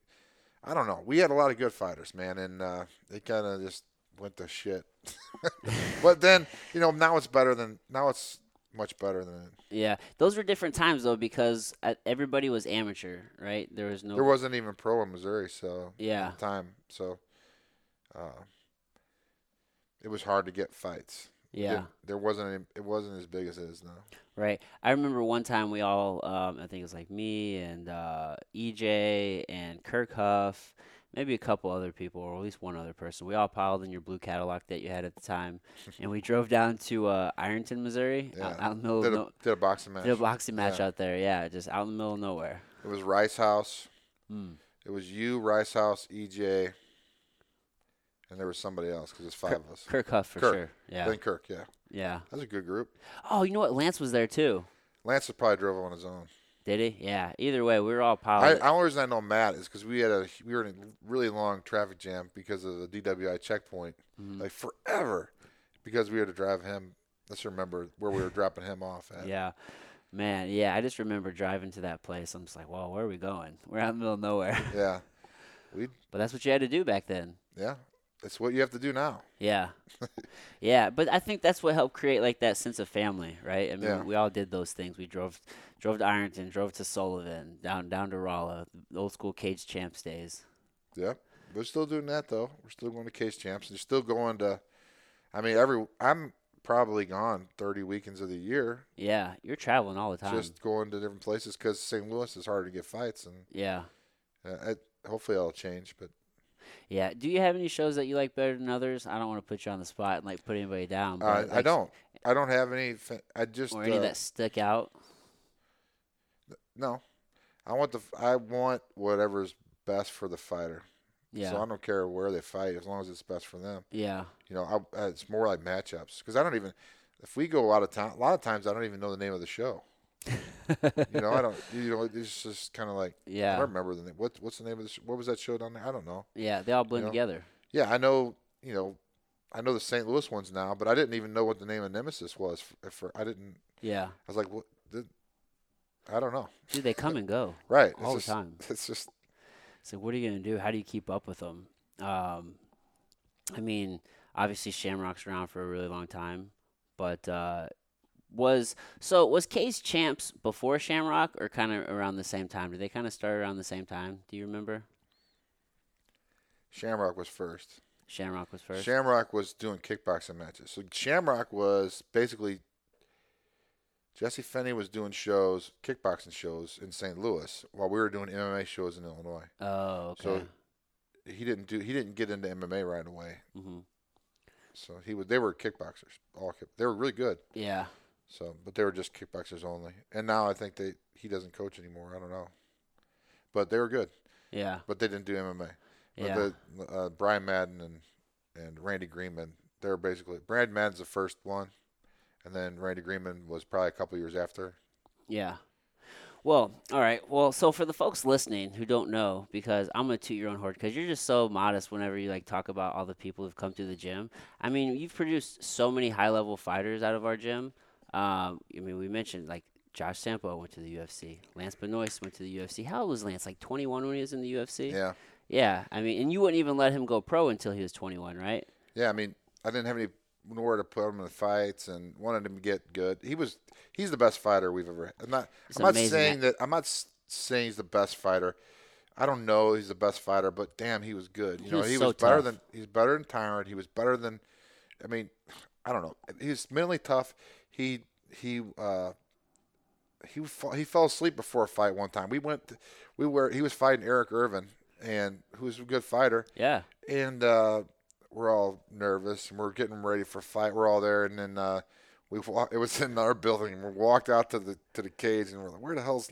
I don't know. We had a lot of good fighters, man, and uh, it kind of just went to shit. but then you know now it's better than now it's much better than
Yeah, those were different times though because uh, everybody was amateur, right? There was no.
there wasn't even pro in Missouri, so
yeah.
at the time so uh, it was hard to get fights.
Yeah.
There- there wasn't. Any, it wasn't as big as it is now.
Right. I remember one time we all, um, I think it was like me and uh, EJ and Kirk Huff, maybe a couple other people, or at least one other person. We all piled in your blue Cadillac that you had at the time, and we drove down to uh, Ironton, Missouri, out,
Yeah.
out in the middle of
Did
Oh, no-
a, did a boxing match.
did a boxing match
Yeah.
out there. Yeah, just out in the middle of nowhere.
It was Rice House.
Mm.
It was you, Rice House, EJ, and there was somebody else because it's five of us.
Kirk Huff for
Kirk.
sure. Yeah.
Then Kirk, yeah,
yeah.
that was a good group.
Oh, you know what? Lance was there too.
Lance was probably drove on his own.
Did he? Yeah. Either way, we were all
I,
piled.
I only reason I know Matt is because we had a we were in a really long traffic jam because of the DWI checkpoint,
Mhm.
like forever, because we had to drive him. Let's remember where we were dropping him off at.
Yeah. Man, yeah, I just remember driving to that place. I'm just like, well, where are we going? We're out in the middle of nowhere.
yeah,
But that's what you had to do back then.
yeah. It's what you have to do now.
Yeah. yeah, but I think that's what helped create like that sense of family, right? I mean,
Yeah.
we all did those things. We drove drove to Ironton, drove to Sullivan, down down to Rolla, the old school cage champs days.
Yep. We're still doing that though. We're still going to case champs. They're still going to. I mean, every I'm probably gone 30 weekends of the year,
Yeah, you're traveling all the time.
just going to different places because St. Louis is hard to get fights, and
yeah.
uh, it, hopefully that'll change. But
Yeah. Do you have any shows that you like better than others? I don't want to put you on the spot and like put anybody down.
uh,
But,
I
like,
don't. I don't have any. fa- I just
Or any
uh,
that stick out.
no. I want the. I want whatever's best for the fighter.
Yeah.
So I don't care where they fight as long as it's best for them.
yeah.
You know, I, uh, it's more like matchups because I don't even. If we go out of town, a lot of times I don't even know the name of the show. You know, I don't. You know, it's just kind of like I
yeah.
don't remember the name. What, what's the name of this? What was that show down there? I don't know.
Yeah. They all blend
know?
together.
Yeah, I know. You know, I know the St. Louis ones now, but I didn't even know what the name of Nemesis was. For, for I didn't.
Yeah.
I was like, what? The, I don't know.
Dude, they come and go.
Right.
All the
it's just,
time.
It's just
So what are you gonna do? How do you keep up with them? Um, I mean, obviously Shamrock's around for a really long time, but uh, was so was Case Champs before Shamrock or kind of around the same time? Did they kind of start around the same time? Do you remember?
Shamrock was first.
Shamrock was first.
Shamrock was doing kickboxing matches. So Shamrock was basically Jesse Finney was doing shows, kickboxing shows in St. Louis, while we were doing MMA shows in Illinois.
Oh, okay.
So he didn't do he didn't get into MMA right away.
hmm
So he was they were kickboxers, all kick, they were really good.
Yeah.
So, but they were just kickboxers only. And now I think they he doesn't coach anymore. I don't know, but they were good.
Yeah.
But they didn't do MMA. But
Yeah.
the, uh, Brian Madden and and Randy Greenman, they're basically Brian Madden's the first one, and then Randy Greenman was probably a couple years after.
Yeah. Well, all right. Well, so for the folks listening who don't know, because I'm gonna toot your own horn, because you're just so modest whenever you like talk about all the people who've come through the gym. I mean, you've produced so many high-level fighters out of our gym. Um, I mean, we mentioned like Josh Sampo went to the UFC, Lance Benoist went to the UFC. How old was Lance? Like 21 when he was in the UFC.
Yeah,
Yeah. I mean, and you wouldn't even let him go pro until he was 21, right?
yeah. I mean, I didn't have any nowhere to put him in the fights, and wanted him to get good. He was he's the best fighter we've ever. I'm not
It's
I'm not
amazing
saying that I'm not s- saying he's the best fighter. I don't know he's the best fighter, but damn, he was good. You
He
know,
was
he
so
was better
tough.
than he's better than Tyrant. He was better than, I mean, I don't know. He was mentally tough. He he uh he fa- he fell asleep before a fight one time. We went, to- we were he was fighting Eric Irvin and who's a good fighter,
Yeah.
and uh, we're all nervous and we're getting ready for a fight. We're all there, and then uh, we walk, it was in our building. and We walked out to the to the cage, and we're like, "Where the hell's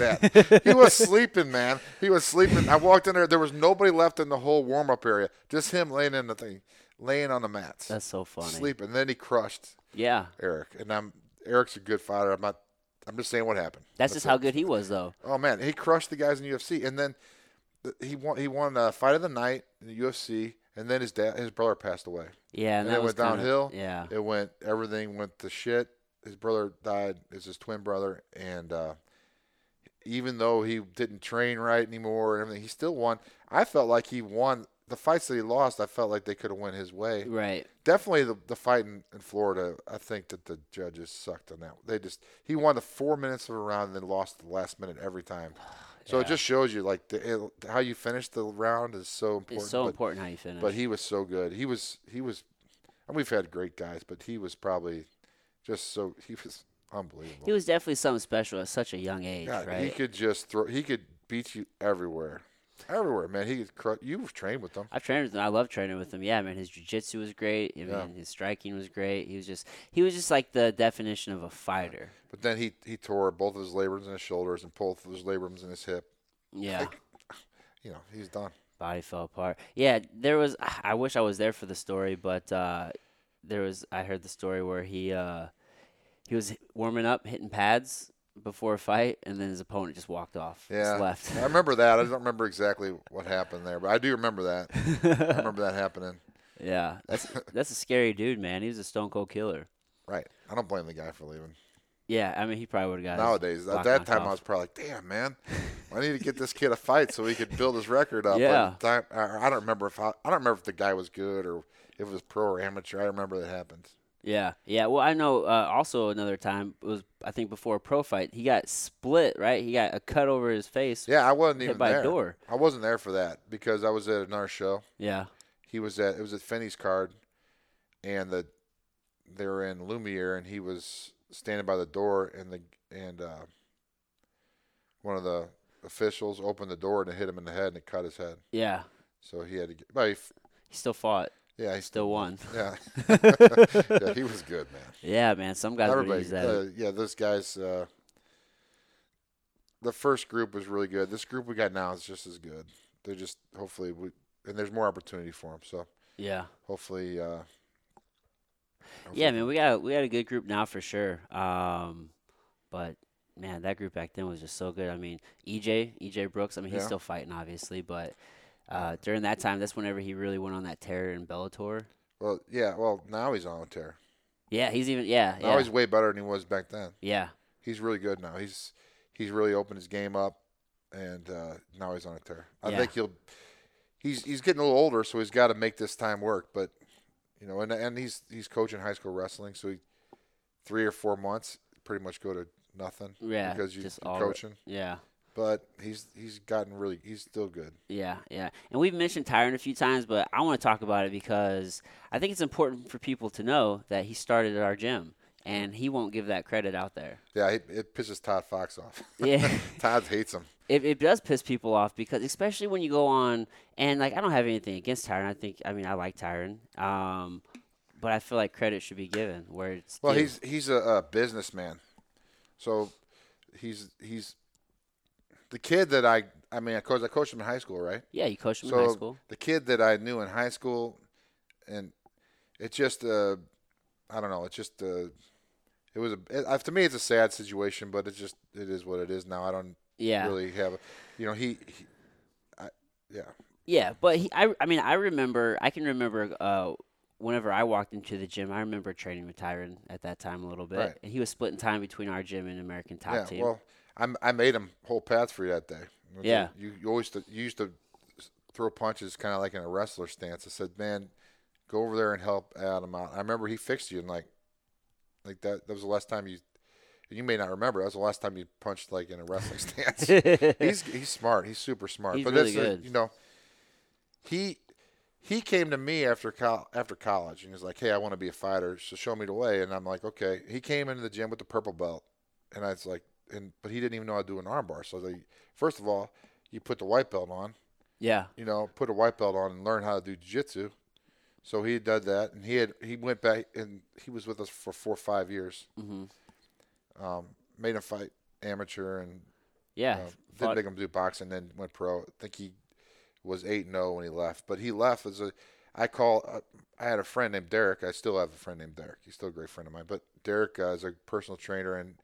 at? he was sleeping, man. He was sleeping." I walked in there. There was nobody left in the whole warm up area. Just him laying in the thing, laying on the mats,
That's so funny.
sleeping. And then he crushed
Yeah.
Eric, and I'm Eric's a good fighter. I'm not. I'm just saying what happened.
That's just
it.
how good he was, though.
Oh man, he crushed the guys in UFC, and then th- he won. He won a fight of the night in the UFC, and then his dad, his brother passed away.
Yeah. And,
And
that
it
was
went
kinda-
downhill.
Yeah.
It went everything went to shit. His brother died. It's his twin brother, and uh, even though he didn't train right anymore and everything, he still won. I felt like he won the fights that he lost. I felt like they could have went his way.
Right.
Definitely the the fight in, in Florida. I think that the judges sucked on that. They just he won the four minutes of a round and then lost the last minute every time. So
Yeah.
it just shows you like the, it, how you finish the round is so important.
It's so
but,
important how you finish.
but he was so good. He was he was, and we've had great guys, but he was probably just so he was unbelievable.
He was definitely something special at such a young age,
God,
right?
He could just throw. He could beat you everywhere, everywhere, man. He could. Cru- you've trained with him.
I've trained with him. I love training with him. Yeah, man, his jujitsu was great. I mean,
Yeah.
his striking was great. He was just he was just like the definition of a fighter.
But then he he tore both of his labrums in his shoulders and both of his labrums in his hip.
Yeah.
You know, he's done.
body fell apart. Yeah, there was. I wish I was there for the story, but uh, there was. I heard the story where he uh, he was warming up, hitting pads before a fight, and then his opponent just walked off.
Yeah.
just left.
I remember that. I don't remember exactly what happened there, but I do remember that. I remember that happening.
yeah, that's that's a scary dude, man. He was a stone cold killer.
Right. I don't blame the guy for leaving.
Yeah, I mean, he probably would have got. his
Nowadays, at
block
that
knocked
time,
off.
I was probably like, "Damn, man, I need to get this kid a fight so he could build his record up." But
Yeah.
at the time, I I don't remember if I, I don't remember if the guy was good or if it was pro or amateur. I remember that happened.
Yeah, yeah. Well, I know. Uh, also, another time it was I think before a pro fight, he got split. Right, he got a cut over his face.
Yeah, I wasn't
Hit
even
by a
there.
door.
I wasn't there for that because I was at another show.
Yeah,
He was at it was at Finney's Card, and the they were in Lumiere, and he was standing by the door, and the and uh, one of the officials opened the door and it hit him in the head and it cut his head.
yeah.
So he had to get. But he, f-
He still fought.
yeah, he
Still won.
Yeah. yeah, he was good, man.
Yeah, man. Some guys would
Everybody,
use that.
uh, yeah, those guys. Uh, the first group was really good. This group we got now is just as good. They're just hopefully we and there's more opportunity for them. So
yeah,
hopefully, uh,
yeah,
hopefully-
man. We got we got a good group now for sure. Um, but man, that group back then was just so good. I mean, E EJ EJ Brooks. I mean, he's
Yeah.
still fighting, obviously, but uh, during that time, that's whenever he really went on that terror in Bellator.
Well, yeah. Well, now he's on a tear.
Yeah, he's even. Yeah,
Now
yeah,
he's way better than he was back then.
yeah.
He's really good now. He's he's really opened his game up, and uh, now he's on a tear. I
Yeah.
think he'll he's he's getting a little older, so he's got to make this time work. But you know, and and he's he's coaching high school wrestling, so he, three or four months pretty much go to nothing
Yeah,
because you
just
you're
all-
coaching.
Yeah.
But he's he's gotten really he's still good.
Yeah, yeah. And we've mentioned Tyron a few times, but I want to talk about it because I think it's important for people to know that he started at our gym. and he won't give that credit out there.
Yeah, it, it pisses Todd Fox off.
Yeah.
Todd hates him.
It, it does piss people off because especially when you go on and like I don't have anything against Tyron. I think I mean I like Tyron, um, but I feel like credit should be given where it's
Well,
due.
he's he's a, a businessman, so he's he's the kid that I I mean, of course, I coached him in high school, right?
yeah you coached him
so
in high school.
the kid that I knew in high school, and it just uh, I don't know, it just uh, it was a it, uh, to me it's a sad situation, but it's just it is what it is now. I don't
Yeah,
really have, a, you know, he, he I, yeah,
yeah, but he, I I mean I remember I can remember uh, whenever I walked into the gym I remember training with Tyron at that time a little bit
Right.
and he was splitting time between our gym and American Top
yeah.
Team.
Well, I I made him whole pads for you that day.
Yeah.
you, you always you used to throw punches kind of like in a wrestler stance. I said, man, go over there and help Adam out. I remember he fixed you and like like that. That was the last time you. and You may not remember. That was the last time you punched like in a wrestling stance. he's he's smart. He's super smart.
He's
but
really
that's the-
good.
you know, he he came to me after col- after college and he was like, "Hey, I want to be a fighter, so show me the way." And I'm like, "Okay." He came into the gym with the purple belt, and I was like, "And but he didn't even know how to do an armbar." So I was like, first of all, you put the white belt on,
yeah,
you know, put a white belt on and learn how to do jiu-jitsu." So he had done that, and he had he went back and he was with us for four or five years.
Mhm.
Um, made him fight amateur and
yeah,
um,
Fought-
did make him do boxing, then went pro. I think he was eight and zero when he left, but he left as a. I call. Uh, I had a friend named Derek. I still have a friend named Derek. He's still a great friend of mine. But Derek uh, is a personal trainer, and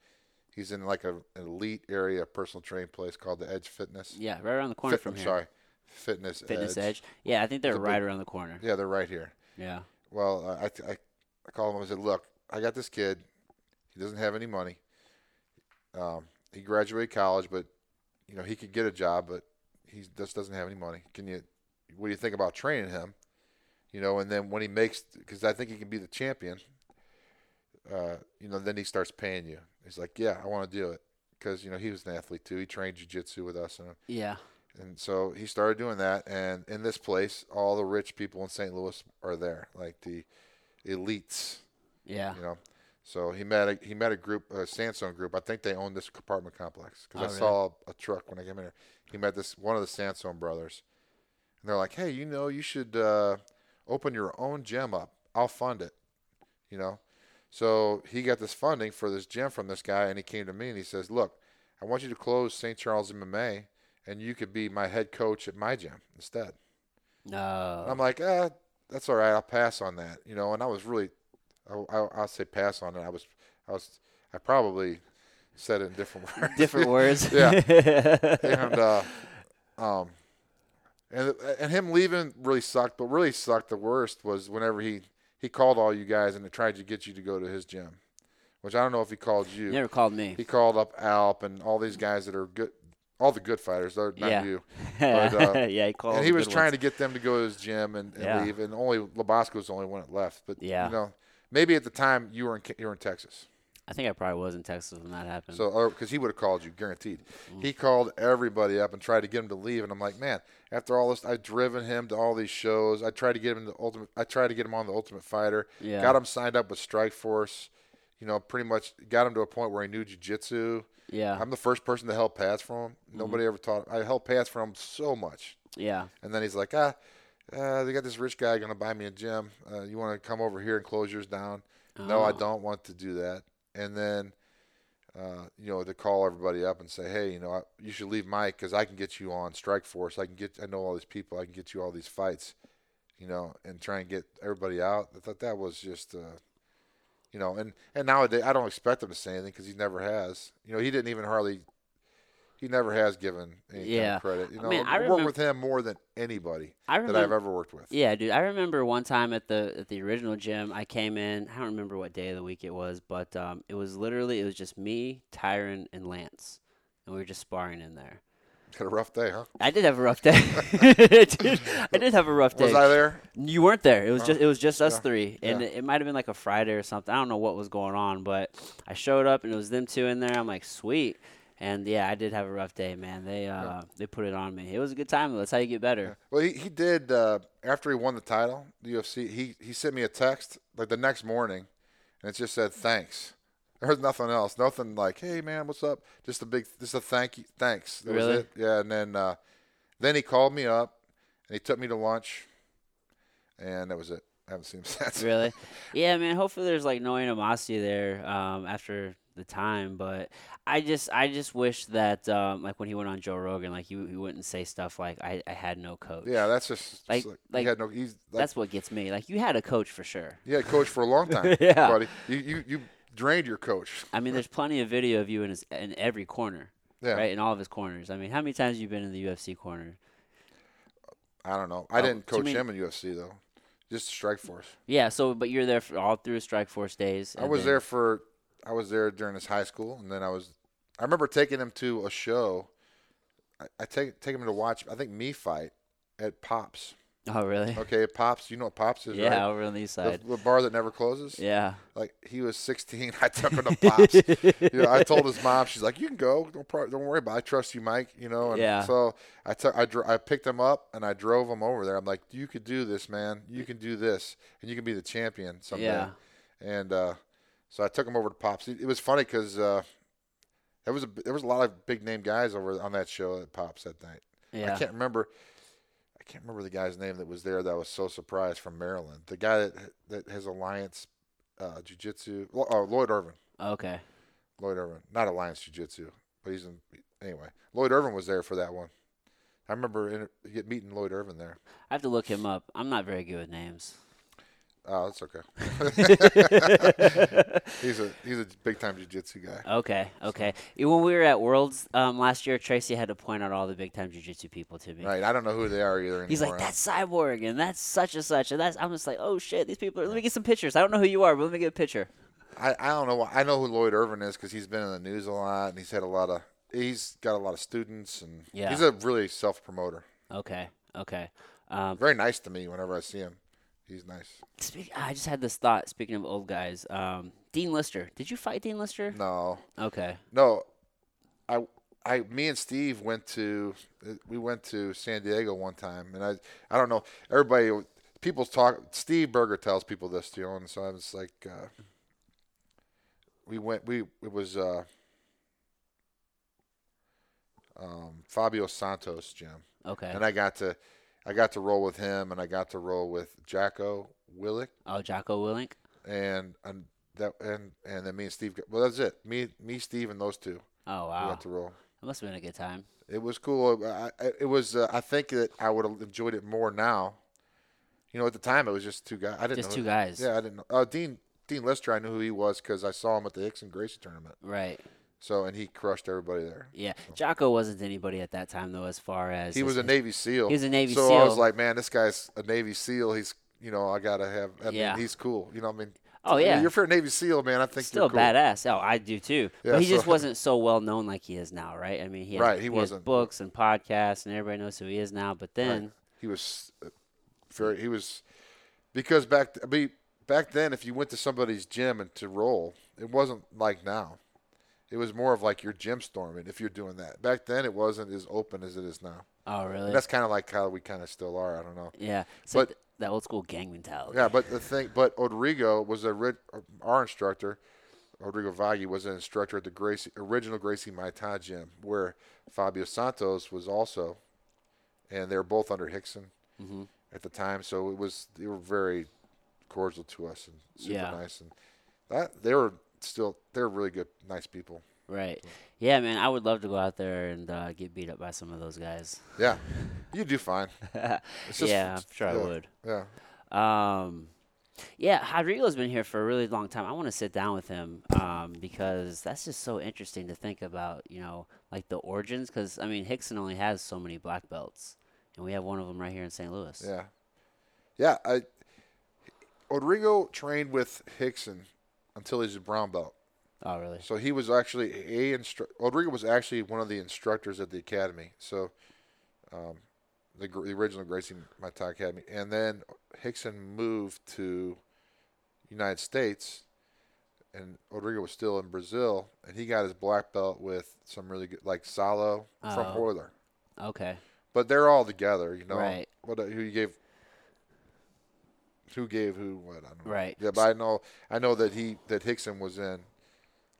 he's in like a, an elite area personal training place called the Edge Fitness.
yeah, right around the corner
Fit-
from
I'm
here.
sorry, Fitness.
Fitness Edge. Yeah, I think they're
It's a
right
big-
around the corner.
Yeah, they're right here.
Yeah.
Well, I, I, I called him and said, "Look, I got this kid. He doesn't have any money. Um, he graduated college, but you know he could get a job, but he just doesn't have any money. Can you? What do you think about training him? You know, and then when he makes, because I think he can be the champion. Uh, you know, then he starts paying you. He's like, "Yeah, I want to do it," because you know he was an athlete too. He trained jujitsu with us, and
Yeah.
and so he started doing that. And in this place, all the rich people in St. Louis are there, like the elites,
Yeah.
you know. So he met a he met a group, a sandstone group. I think they own this apartment complex because
Oh,
I
really?
saw a truck when I came in here. He met this one of the sandstone brothers, and they're like, "Hey, you know, you should uh, open your own gym up. I'll fund it." You know, so he got this funding for this gym from this guy, and he came to me and he says, "Look, I want you to close St. Charles MMA, and you could be my head coach at my gym instead."
No.
And I'm like, ah, that's all right. I'll pass on that, you know. And I was really, I, I, I'll say pass on it. I was, I was, I probably said it in different words.
Different words.
Yeah. and uh, um, and and him leaving really sucked. But really sucked the worst was whenever he he called all you guys and tried to get you to go to his gym, which I don't know if he called you.
Never called me.
He called up Alp and all these guys that are good, all the good fighters. They're not
Yeah.
you. but, uh,
yeah, he called.
and he was trying to get them to go to his gym and, and
Yeah.
leave, and only Labasco was the only one that left. But
Yeah.
you know, maybe at the time you were in Ca- you were in Texas,
I think I probably was in Texas when that happened.
so because he would have called you, guaranteed. He called everybody up and tried to get him to leave, and I'm like, man, after all this, I've driven him to all these shows. I tried to get him to ultimate. I tried to get him on the Ultimate Fighter.
yeah.
Got him signed up with Strike Force. You know, pretty much got him to a point where he knew jiu-jitsu.
Yeah. Mm-hmm.
I'm the first person to help pass from him. Nobody ever taught. I held pass from him so much.
yeah.
And then he's like, ah, uh, they got this rich guy going to buy me a gym. Uh, you want to come over here and close yours down? No, I
Oh.
don't want to do that. And then, uh, you know, to call everybody up and say, hey, you know, I, you should leave Mike because I can get you on Strike Force. I can get, I know all these people. I can get you all these fights, you know, and try and get everybody out. I thought that was just, uh, you know, and and nowadays I don't expect him to say anything because he never has. You know, he didn't even hardly. He never has given any kind
Yeah.
of credit. You know,
Man, I
worked
remem-
with him more than anybody
I
that I've
remember.
ever worked with.
Yeah, dude. I remember one time at the at the original gym. I came in. I don't remember what day of the week it was, but um, it was literally it was just me, Tyron, and Lance, and we were just sparring in there.
Had a rough day, huh?
I did have a rough day. Dude, I did have a rough day.
Was I there?
You weren't there. It was
Huh?
just it was just us
Yeah.
three, and
Yeah.
it, it might have been like a Friday or something. I don't know what was going on, but I showed up and it was them two in there. I'm like, sweet, and yeah, I did have a rough day, man. They uh they put it on me. It was a good time. though. That's how you get better.
Well, he, he did uh, after he won the title, the UFC. He he sent me a text like the next morning, and it just said thanks. There's nothing else, nothing like hey man, what's up? Just a big, just a thank you, thanks. That
Really?
Was it. Yeah, and then uh, then he called me up and he took me to lunch, and that was it. I haven't seen him since.
really? Yeah, man. Hopefully, there's like no animosity there um, after the time. But I just, I just wish that um, like when he went on Joe Rogan, like he, he wouldn't say stuff like I, I had no coach.
Yeah, that's just just
Like-
like,
like-
he had no. He's like,
that's what gets me. Like you had a coach for sure.
he had coach for a long time,
Yeah.
buddy. You, you you drained your coach.
I mean, there's plenty of video of you in his, in every corner,
Yeah,
right? In all of his corners. I mean, how many times have you been in the UFC corner?
I don't know. I
Oh,
didn't
do you
coach
mean-
him in UFC though, just strike force.
Yeah. So, but you're there for all through Strike Force days.
I
and
was
then-
there for I was there during his high school, and then I was I remember taking him to a show. I, I take take him to watch I think me fight at Pops.
Oh, really?
Okay, at Pops. You know what Pops is,
Yeah,
right?
over on the east
The,
side.
the bar that never closes.
Yeah.
Like he was 16, I took him to Pops. you know, I told his mom, she's like, "You can go. Don't pro- don't worry about. it. I trust you, Mike." You know. And
Yeah.
So I took I dro- I picked him up and I drove him over there. I'm like, "You could do this, man. You can do this, and you can be the champion someday."
Yeah.
And uh, so I took him over to Pops. It, it was funny because uh, there was a there was a lot of big name guys over on that show at Pops that night. I
Yeah.
can't remember. I can't remember the guy's name that was there that I was so surprised from Maryland. The guy that that has Alliance uh, Jiu Jitsu. Oh, Lloyd Irvin.
Okay.
Lloyd Irvin, not Alliance Jiu Jitsu, but he's in anyway. Lloyd Irvin was there for that one. I remember in, get- meeting Lloyd Irvin there.
I have to look him up. I'm not very good with names.
Oh, that's okay. he's a he's a big time jiu jitsu guy.
Okay, okay. Yeah, When we were at Worlds um, last year, Tracy had to point out all the big time jujitsu people to me.
Right. I don't know who they are either.
He's like,
anymore.
that's Cyborg, and that's such and such, and that's. I'm just like, oh shit, these people. Are, let me get some pictures. I don't know who you are, but let me get a picture.
I, I don't know. why- I know who Lloyd Irvin is because he's been in the news a lot and he's had a lot of he's got a lot of students and
Yeah.
he's a really self promoter.
Okay, okay. Um,
Very nice to me whenever I see him. He's nice.
speak, I just had this thought. Speaking of old guys, um, Dean Lister. Did you fight Dean Lister?
No,
Okay.
No, I, I, me and Steve went to we went to San Diego one time, and I, I don't know. Everybody, people talk. Steve Berger tells people this, you know, and so I was like, uh, we went. We it was uh, um, Fabio Santos gym,
Okay.
and I got to, I got to roll with him, and I got to roll with Jacko Willick
Oh, Jocko Willink.
and and that and and then me and Steve. got- Well, that's it. Me, me, Steve, and those two.
Oh
We
wow,
got to roll.
that must have been a good time.
It was cool. I, I- it was. Uh, I think that I would have enjoyed it more now. You know, at the time it was just two guys. I didn't
Just
know.
two guys.
Yeah, I didn't know. Uh, Dean Dean Lister, I knew who he was because I saw him at the Hicks and Gracie tournament.
Right.
So and he crushed everybody there.
Yeah. Jocko wasn't anybody at that time though, as far as
He
his-
was a Navy SEAL.
He was a Navy
so So I was
SEAL.
like, man, this guy's a Navy SEAL. He's you know I gotta have. I
Yeah.
mean, he's cool. You know, what I mean.
Oh, yeah.
You're for a Navy SEAL, man. I think
still
you're cool.
badass. Oh, I do too.
Yeah,
but he just
so-
wasn't so well known like he is now, right? I mean, he has,
Right, he
has
wasn't.
books and podcasts, and everybody knows who he is now. But then,
He was uh, very. He was because back. I mean, back then, if you went to somebody's gym and to roll, it wasn't like now. It was more of like your gym storming if you're doing that. Back then, it wasn't as open as it is now.
oh really?
And that's kind of like how we kind of still are. I don't know.
yeah. So
but-
th- that old school gang mentality.
Yeah, but the thing, but Rodrigo was a ri- our instructor. Rodrigo Vaggi was an instructor at the Gracie original Gracie Mai Tai gym, where Fabio Santos was also, and they were both under Hickson
Mm-hmm.
at the time. So it was they were very cordial to us and super
Yeah.
nice, and that they were still they're really good, nice people.
Right. Yeah, man. I would love to go out there and uh, get beat up by some of those guys.
Yeah, you do fine. It's just-
yeah, I'm sure I
yeah.
would.
Yeah,
Um, yeah, Rodrigo's been here for a really long time. I want to sit down with him um, because that's just so interesting to think about, you know, like the origins. Because, I mean, Hickson only has so many black belts, and we have one of them right here in St. Louis.
yeah, yeah. I Rodrigo trained with Hickson until he's a brown belt.
Oh, really?
So he was actually a instru- Rodrigo was actually one of the instructors at the academy. So, um, the, gr- the original Gracie Muay Thai Academy, and then Hickson moved to United States, and Rodrigo was still in Brazil, and he got his black belt with some really good, like Salo from
Oh.
Euler.
Okay.
But they're all together, uh, you know.
Right.
What who you gave? who gave who what. I don't know.
Right.
Yeah, but I know I know that he that Hickson was in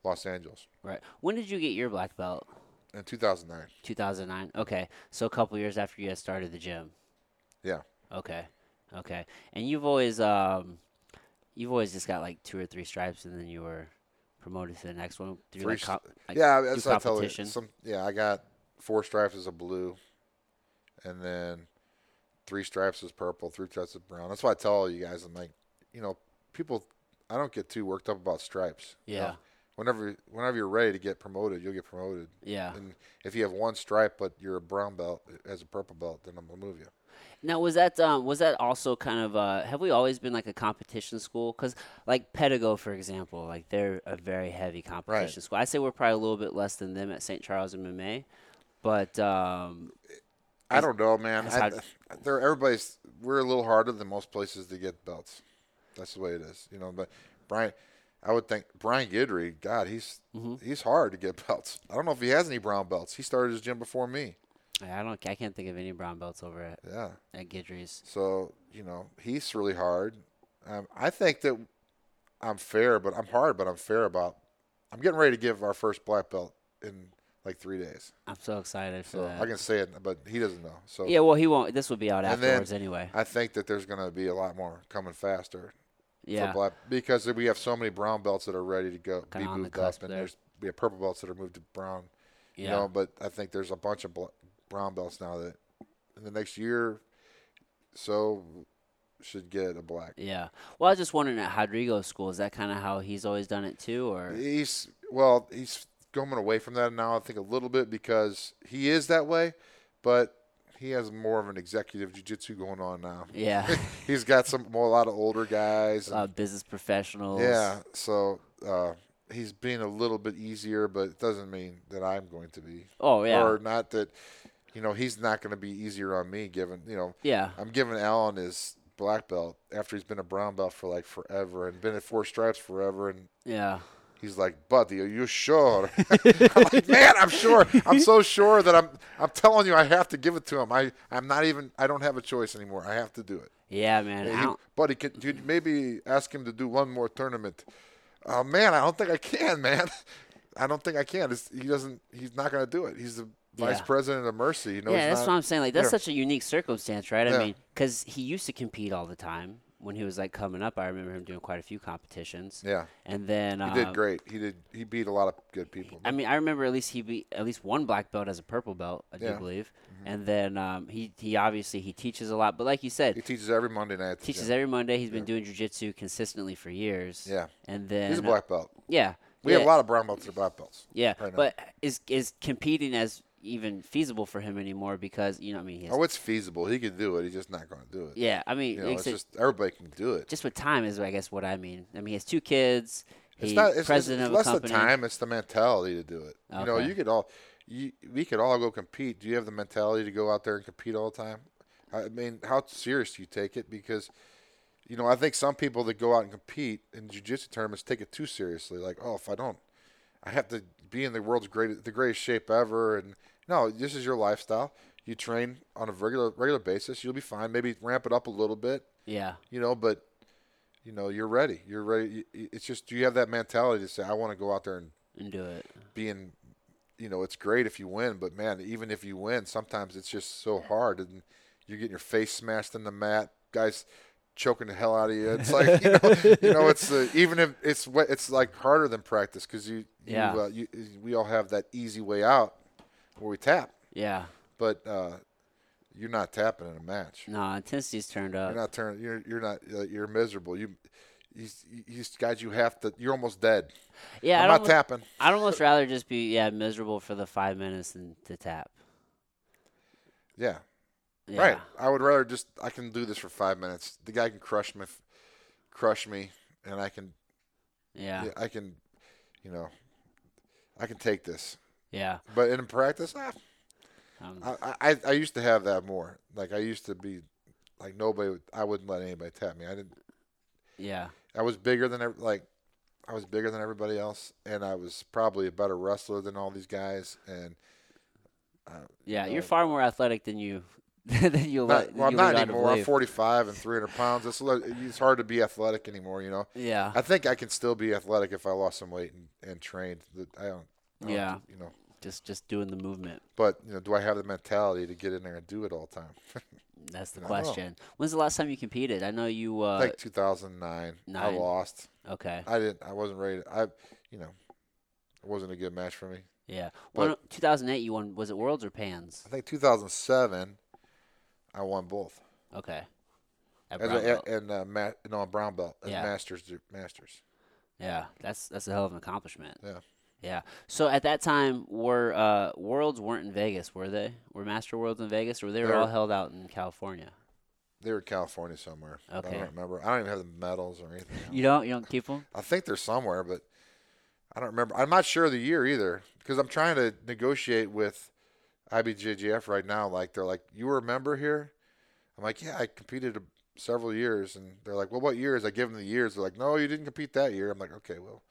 Los Angeles
Right. When did you get your black belt?
in 2009.
2009. Okay. So a couple years after you had started the gym.
Yeah.
Okay. Okay. And you've always um you've always just got like two or three stripes and then you were promoted to the next one through
Three
like, co-
st-
like
yeah,
through
that's what I tell you.
competition.
Some, yeah, I got four stripes as a blue, and then three stripes as purple, three stripes as brown. That's why I tell all you guys. I'm like, you know, people. I don't get too worked up about stripes. you know?
Yeah.
Whenever, whenever you're ready to get promoted, you'll get promoted.
Yeah.
And if you have one stripe, but you're a brown belt uh, as a purple belt, then I'm gonna move you.
Now was that um was that also kind of uh have we always been like a competition school cuz like Pedigo for example like they're a very heavy competition school. I say we're probably a little bit less than them at St. Charles and MMA. But um
I don't know, man.
that's
I,
how-
they're, everybody's we're a little harder than most places to get belts. That's the way it is, you know. But Brian, I would think Brian Guidry, God, he's
Mm-hmm.
he's hard to get belts. I don't know if he has any brown belts. He started his gym before me.
I don't I can't think of any brown belts over at
Yeah,
at Guidry's.
so you know he's really hard. Um, I think that I'm fair, but I'm hard, but I'm fair about. I'm getting ready to give our first black belt in like three days,
I'm so excited for
so
that.
I can say it, but he doesn't know. So
Yeah, well, he won't. This will be out
And then-
afterwards anyway.
I think that there's going to be a lot more coming faster.
Yeah,
for black because we have so many brown belts that are ready to go
Kinda
be
on the
moved
cusp
up, and
there.
there's we have purple belts that are moved to brown.
yeah,
You know, but I think there's a bunch of bl- brown belts now that in the next year, so should get a black.
yeah. Well, I was just wondering at Rodrigo's school, is that kind of how he's always done it too, or
He's well, he's going away from that now. I think a little bit because he is that way, but he has more of an executive jujitsu going on now.
yeah,
He's got some more a lot of older guys.
uh, business professionals?
Yeah, so uh, he's being a little bit easier, but it doesn't mean that I'm going to be,
Oh yeah,
or not that, you know, he's not going to be easier on me. Given, you know,
yeah,
I'm giving Allen his black belt after he's been a brown belt for like forever and been at four stripes forever, and
yeah.
he's like, "Buddy, are you sure?" I'm like, "Man, I'm sure. I'm so sure that I'm. I'm telling you, I have to give it to him. I, I'm not even. I don't have a choice anymore. I have to do it."
Yeah, man.
Hey,
I
he-
don't,
buddy, could you maybe ask him to do one more tournament? Oh man, I don't think I can, man. I don't think I can. It's, he doesn't. He's not going to do it. He's the vice
Yeah.
president of Mercy. You know,
yeah, that's what I'm saying. Like that's
Yeah.
such a unique circumstance, right? I
Yeah.
mean, because he used to compete all the time when he was like coming up. I remember him doing quite a few competitions.
Yeah,
And then
he
uh,
did great. He did. He beat a lot of good people.
I mean, I remember at least he be at least one black belt as a purple belt, I
Yeah. Mm-hmm.
do believe. And then um, he he obviously he teaches a lot, but like you said,
he teaches every Monday night. at the
teaches
gym.
every Monday. He's been doing jujitsu consistently for years.
Yeah.
and then uh,
He's a black belt.
Yeah,
We
yeah,
have a lot of brown belts and black belts.
Yeah,
right now.
but is is competing as even feasible for him anymore? Because you know, I mean, he has,
Oh, it's feasible. He can do it. He's just not going to do it.
yeah, I mean,
You know,
like I
it's
said,
just everybody can do it.
just with time is, I guess, what I mean. I mean, he has two kids.
It's
He's
not it's,
president
it's
of a
less the
company.
time; it's the mentality to do it. You know,
Okay.
you could all, you, we could all go compete. Do you have the mentality to go out there and compete all the time? I mean, how serious do you take it? Because, you know, I think some people that go out and compete in jiu-jitsu tournaments take it too seriously. Like, oh, if I don't, I have to be in the world's greatest, the greatest shape ever. And no, this is your lifestyle. You train on a regular regular basis. You'll be fine. Maybe ramp it up a little bit
Yeah,
you know but you know you're ready you're ready Y- y- it's just do you have that mentality to say i want to go out there and
and do it.
be in you know it's great if you win but man even if you win sometimes it's just so hard and you're getting your face smashed in the mat guys choking the hell out of you it's like you know, you know it's uh, even if it's wa- it's like harder than practice because you, you
Yeah.
uh, you we all have that easy way out where we tap
Yeah,
but uh you're not tapping in a match
no, intensity's turned
you're
up.
not turning. You're you're not. Uh, you're miserable. You, he's he's guys. You have to. You're almost dead.
yeah,
I'm
I
not
don't.
tapping.
I'd almost rather just be yeah miserable for the five minutes than to tap.
Yeah.
Yeah.
Right. I would rather just. I can do this for five minutes. The guy can crush me, f- crush me, and I can.
Yeah.
I can, you know, I can take this.
Yeah.
But in practice, ah,
Um,
I, I I used to have that more. Like I used to be, like nobody. Would, I wouldn't let anybody tap me. I didn't.
yeah.
I was bigger than ev- like I was bigger than everybody else, and I was probably a better wrestler than all these guys. And
Yeah.
know,
You're far more athletic than you then you'll
Not,
let.
well, I'm
you
not
lead on to
anymore. I'm
believe.
45 and 300 pounds. It's, a lot- it's hard to be athletic anymore, you know.
Yeah.
I think I can still be athletic if I lost some weight and, and trained. That I don't. I don't
Yeah.
do- You know,
Just just doing the movement.
but you know, do I have the mentality to get in there and do it all the time?
That's the
I don't know.
question. When's the last time you competed? I know you. Uh,
like 2009, I
nine.
lost.
okay.
I didn't. I wasn't ready. I, you know, it wasn't a good match for me.
Yeah.
but-
One, 2008. You won. Was it Worlds or Pans?
I think 2007, I won both.
Okay. At
As
Brown
a,
Belt.
and uh, ma- no, brown belt, and
Yeah.
masters, masters.
yeah. That's that's a hell of an accomplishment.
Yeah.
Yeah. So at that time, were uh, Worlds weren't in Vegas, were they? Were Master Worlds in Vegas, or they were
They're-
all held out in California?
They were in California somewhere. I
Okay.
don't remember. I don't even have the medals or anything.
You don't you don't keep them?
I think they're somewhere, but I don't remember. I'm not sure of the year either because I'm trying to negotiate with IBJJF right now. Like they're like, you were a member here? I'm like, yeah, I competed a- several years, and they're like, well, what years? I give them the years. They're like, no, you didn't compete that year. I'm like, okay, well,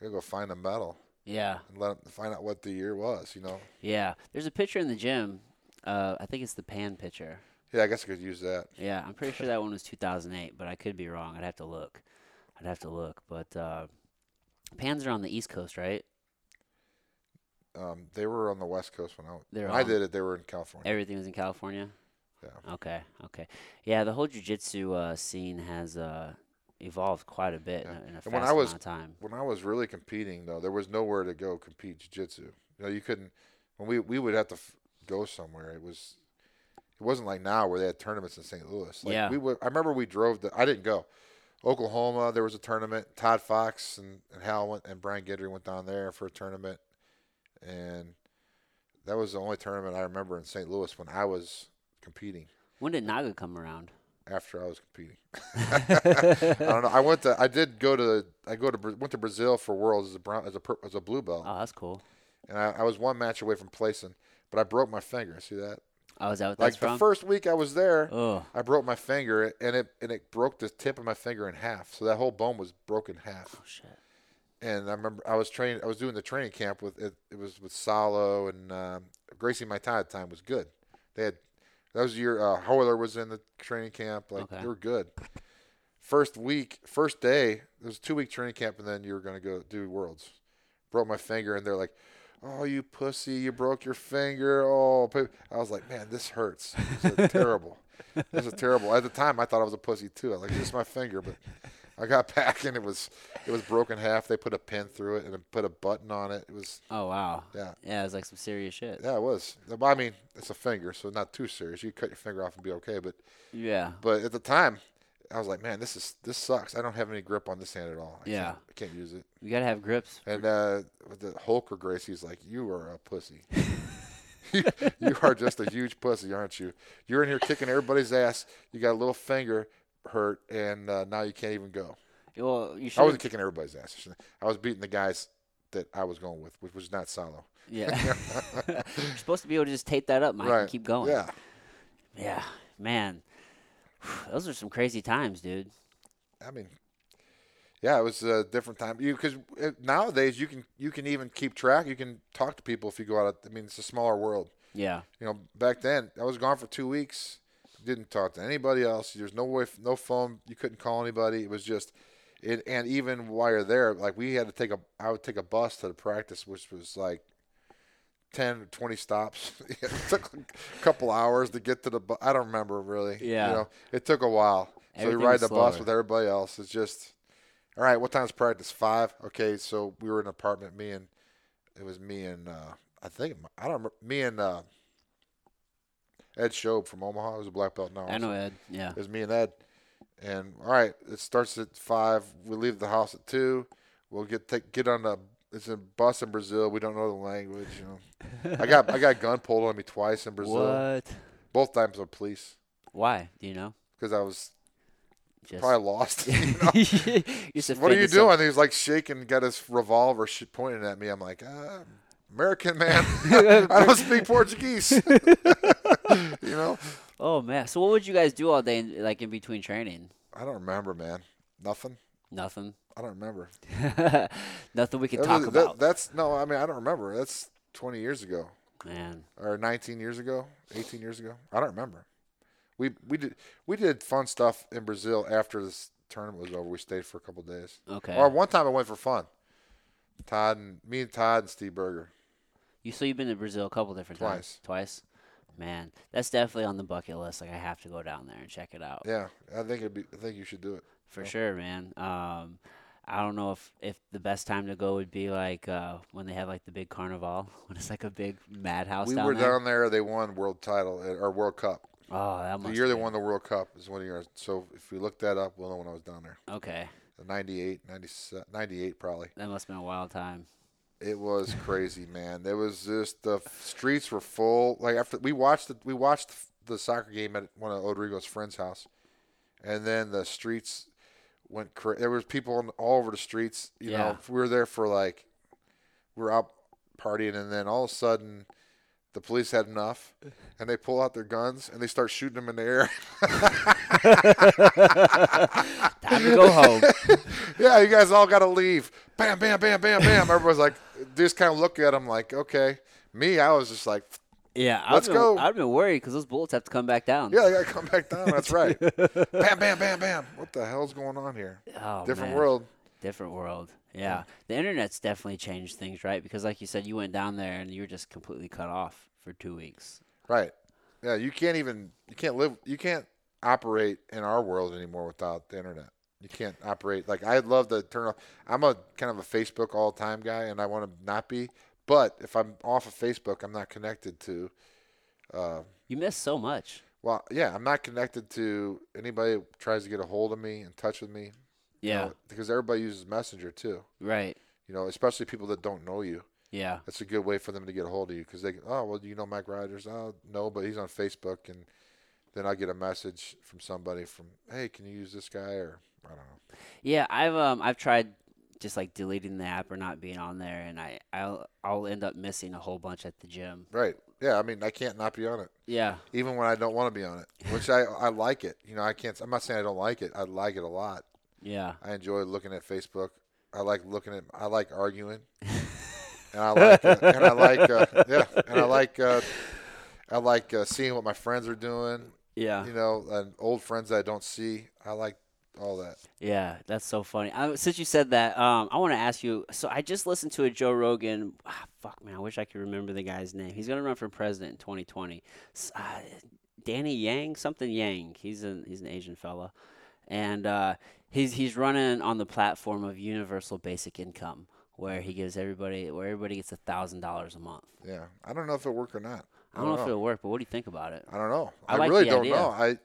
I gotta go find a medal
Yeah.
and let 'em find out what the year was. You know?
Yeah. There's a picture in the gym. Uh, I think it's the Pan picture.
Yeah, I guess I could use that.
Yeah, I'm pretty sure that one was 2008, but I could be wrong. I'd have to look. I'd have to look. But uh, Pans are on the East Coast, right?
Um, they were on the West Coast when I
They're
when I
on-
did it. They were in California.
Everything was in California.
Yeah.
Okay. Okay. Yeah, the whole jujitsu uh, scene has uh, evolved quite a bit in
Yeah.
a, in a
And when I
fast
was-
amount of time.
when I was really competing though, there was nowhere to go compete jiu-jitsu. You know, you couldn't when we we would have to f- go somewhere. It was it wasn't like now where they had tournaments in St. Louis. Like
Yeah.
we would I remember we drove to I didn't go. Oklahoma, there was a tournament. Todd Fox and, and Hal went and Brian Guidry went down there for a tournament and that was the only tournament I remember in St. Louis when I was competing
When did Naga come around?
after I was competing. I don't know. I went to I did go to I go to Bra- went to Brazil for Worlds as a brown as a pur- as a blue belt.
Oh, that's cool.
and I, I was one match away from placing, but I broke my finger. See that?
Oh, is that what
Like
that's
the
from?
first week I was there,
oh,
I broke my finger, and it and it broke the tip of my finger in half. So that whole bone was broken half.
oh shit.
And I remember I was training. I was doing the training camp with it. It was with Salo and um, Gracie. My tie at the time was good. They had that was the year uh, Hoiler was in the training camp. Like
Okay.
they were good. First week, first day, it was a two week training camp, and then you were gonna go do worlds. Broke my finger, and they're like, "Oh, you pussy! You broke your finger!" Oh, pu-" I was like, "Man, this hurts. This is terrible. This is terrible." At the time, I thought I was a pussy too. I was like, "This is my finger," but I got back, and it was it was broken half. They put a pin through it and then put a button on it. It was
Oh wow.
Yeah.
Yeah, it was like some serious shit.
yeah, it was. I mean, it's a finger, so not too serious. You cut your finger off and be okay, but
Yeah.
but at the time, I was like, man, this is this sucks. I don't have any grip on this hand at all. I
Yeah.
can't, I can't use it.
You gotta have grips.
And uh, with the Hulk or Gracie's like, you are a pussy. you are just a huge pussy, aren't you? You're in here kicking everybody's ass. You got a little finger hurt, and uh, now you can't even go.
Well, you
I
should.
wasn't kicking everybody's ass. I shouldn't- I was beating the guys that I was going with, which was not Salo.
Yeah. You're supposed to be able to just tape that up, Mike, and keep going.
Yeah.
Yeah. Man, those are some crazy times, dude.
I mean, yeah, it was a different time. You because nowadays you can you can even keep track. You can talk to people if you go out. I mean, it's a smaller world.
Yeah.
You know, back then I was gone for two weeks, didn't talk to anybody else. There's no way, no phone. You couldn't call anybody. It was just it. And even while you're there, like we had to take a, I would take a bus to the practice, which was like. 10 or 20 stops. it took a couple hours to get to the bu- I don't remember really.
Yeah.
You know, it took a while. So we
Everything
ride
was
the bus
slower.
with everybody else. It's just, all right, what time's practice? Five. Okay, so we were in an apartment. Me and it was me and uh, I think I don't remember me and uh, Ed Shobe from Omaha. He was a black belt now.
I know, Ed. Yeah.
It was me and Ed. And all right, it starts at five. We leave the house at two. We'll get take, get on the it's a bus in Brazil. We don't know the language. You know, I got I got gun pulled on me twice in Brazil.
What?
Both times by police
Why? Do you know?
because I was
Just.
probably lost. you know?
you just
what are
offended
you
some-
doing? He's like shaking, got his revolver sh- pointing at me. I'm like, uh, American man, I don't speak Portuguese. you know,
Oh man. So what would you guys do all day, in, like in between training?
I don't remember, man. Nothing.
Nothing.
I don't remember.
Nothing we can
That
talk
was- that-
about.
that's no. I mean, I don't remember. That's 20 years ago
man.
or 19 years ago, 18 years ago. I don't remember. we we did we did fun stuff in Brazil after this tournament was over. We stayed for a couple days.
Okay.
Or one time I went for fun. Todd and me and Todd and Steve Berger.
You so you've been to Brazil a couple different times. Twice. Man, that's definitely on the bucket list. Like I have to go down there and check it out
Yeah, I think it'd be. I think you should do it.
for sure, man. Um, I don't know if if the best time to go would be like uh, when they have like the big carnival when it's like a big madhouse
we
down
were
there.
down there. They won world title uh, or World Cup.
oh, that
The
must
year they
be-
won the World Cup is one of yours. So if we look that up, we'll know when I was down there.
Okay,
98, 97, 98 probably.
that must have been a wild time.
It was crazy, man. It was just the streets were full. Like after we watched the, we watched the soccer game at one of Odrigo's friends' house, and then the streets went crazy. There was people on, all over the streets. You
Yeah.
know, we were there for like we were out partying, and then all of a sudden. The police had enough, and they pull out their guns and they start shooting them in the air.
Time to go home.
yeah, you guys all got to leave. Bam, bam, bam, bam, bam. Everyone's like, just kind of look at them like, okay. Me, I was just like,
Yeah, I've
Let's
been,
go.
I've been worried because those bullets have to come back down.
Yeah, I gotta come back down. That's right. bam, bam, bam, bam. What the hell's going on here?
Oh,
Different
man.
world.
Different world. Yeah. The internet's definitely changed things, right? Because like you said, you went down there and you were just completely cut off for two weeks.
Right. Yeah, you can't even you can't live you can't operate in our world anymore without the internet. You can't operate like I love to turn off I'm a kind of a Facebook all time guy and I wanna not be. But if I'm off of Facebook I'm not connected to
You missed so much.
well, yeah, I'm not connected to anybody that tries to get a hold of me, in touch with me. you
Yeah.
know, because everybody uses Messenger too.
Right.
You know, especially people that don't know you.
Yeah.
that's a good way for them to get a hold of you because they can, oh well do you know Mike Riders oh no but he's on Facebook and then I get a message from somebody from hey can you use this guy or I don't know
Yeah. I've um I've tried just like deleting the app or not being on there, and I I'll I'll end up missing a whole bunch at the gym.
right yeah I mean I can't not be on it
Yeah.
even when I don't want to be on it which I I like it you know I can't I'm not saying I don't like it I like it a lot
Yeah.
I enjoy looking at Facebook I like looking at I like arguing and I like uh, and I like uh, yeah and I like uh, I like uh, seeing what my friends are doing
Yeah.
you know, and old friends that I don't see. I like all that.
Yeah, that's so funny. I, since you said that, um, I want to ask you. So I just listened to a Joe Rogan. Ah, fuck man, I wish I could remember the guy's name. He's gonna run for president in 2020. S- Uh, Danny Yang, something Yang. He's an he's an Asian fella, and uh, he's he's running on the platform of universal basic income, where he gives everybody where everybody gets a thousand dollars a month.
Yeah, I don't know if it worked or not.
I don't know if it'll work, but what do you think about it?
Oh. I don't know.
I
I,
like
really
the
don't
idea.
know. I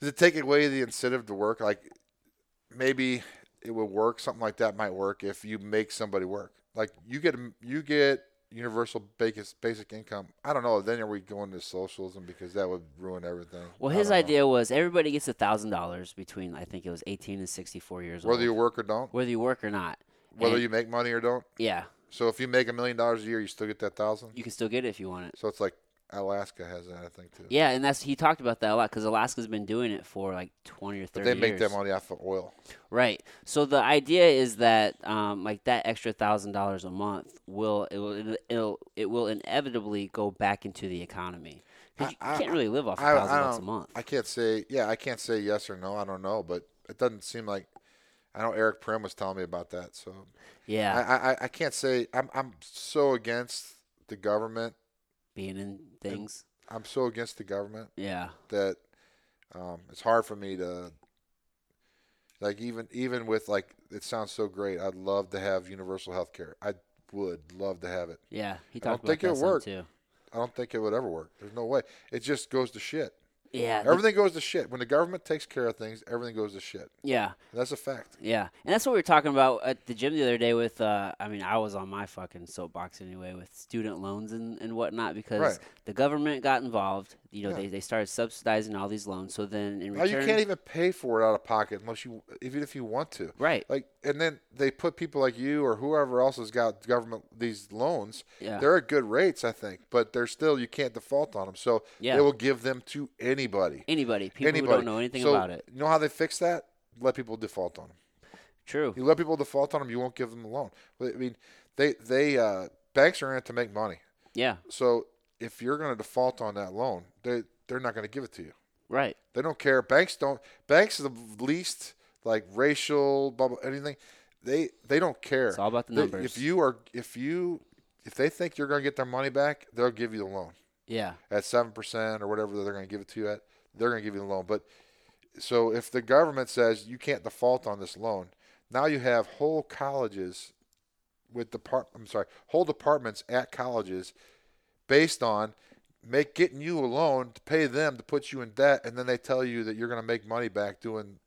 does it take away the incentive to work? Like maybe it would work. Something like that might work if you make somebody work. Like you get you get universal basic basic income. I don't know. Then are we going to socialism because that would ruin everything?
Well,
I
his
don't know.
idea was everybody gets a thousand dollars between I think it was 18 and 64 years
whether
old,
you work or don't,
whether you work or not.
whether
And-
you make money or don't.
yeah.
So if you make a million dollars a year, you still get that thousand.
you can still get it if you want it.
So it's like Alaska has that, I think, too.
Yeah, and that's he talked about that a lot because Alaska's been doing it for like twenty or
but
thirty.
they make
years.
that money off of oil.
right? So the idea is that um, like that extra thousand dollars a month will it will it'll, it will inevitably go back into the economy 'Cause you
I- I-
can't really live off a
I,
thousand
I
bucks
don't.
a month.
I can't say. Yeah, I can't say yes or no. I don't know, but it doesn't seem like. I know Eric Prim was telling me about that, so
yeah,
I, I I can't say I'm I'm so against the government.
being in things.
I'm so against the government
Yeah,
that um, it's hard for me to like even even with like it sounds so great. I'd love to have universal health care. I would love to have it.
yeah. He
don't
talked about
think
that
it'll
some
work.
too.
I don't think it would ever work. There's no way. It just goes to shit.
Yeah, the-
Everything goes to shit. When the government takes care of things, everything goes to shit.
yeah.
That's a fact.
Yeah, and that's what we were talking about at the gym the other day. With, uh, I mean, I was on my fucking soapbox anyway with student loans and, and whatnot because
Right.
the government got involved. You know,
Yeah.
they, they started subsidizing all these loans. So then in
Now
return,
you can't even pay for it out of pocket unless you, even if you want to.
right?
Like, and then they put people like you or whoever else has got government these loans.
Yeah.
They're at good rates, I think, but they're still you can't default on them. So
Yeah.
they will give them to anybody.
Anybody, people
anybody.
who don't know anything
So
about it.
You know how they fix that? Let people default on them.
True.
You let people default on them, you won't give them a loan. I mean, they they uh, banks are in it to make money.
Yeah.
So if you're going to default on that loan, they they're not going to give it to you.
Right.
They don't care. Banks don't. Banks are the least like racial bubble anything. They they don't care.
It's all about the
They-
numbers.
if you are if you if they think you're going to get their money back, they'll give you the loan
Yeah.
at seven percent or whatever they're going to give it to you at. They're going to give you the loan. But so if the government says you can't default on this loan, now you have whole colleges with depart I'm sorry, whole departments at colleges based on make getting you a loan to pay them to put you in debt, and then they tell you that you're going to make money back doing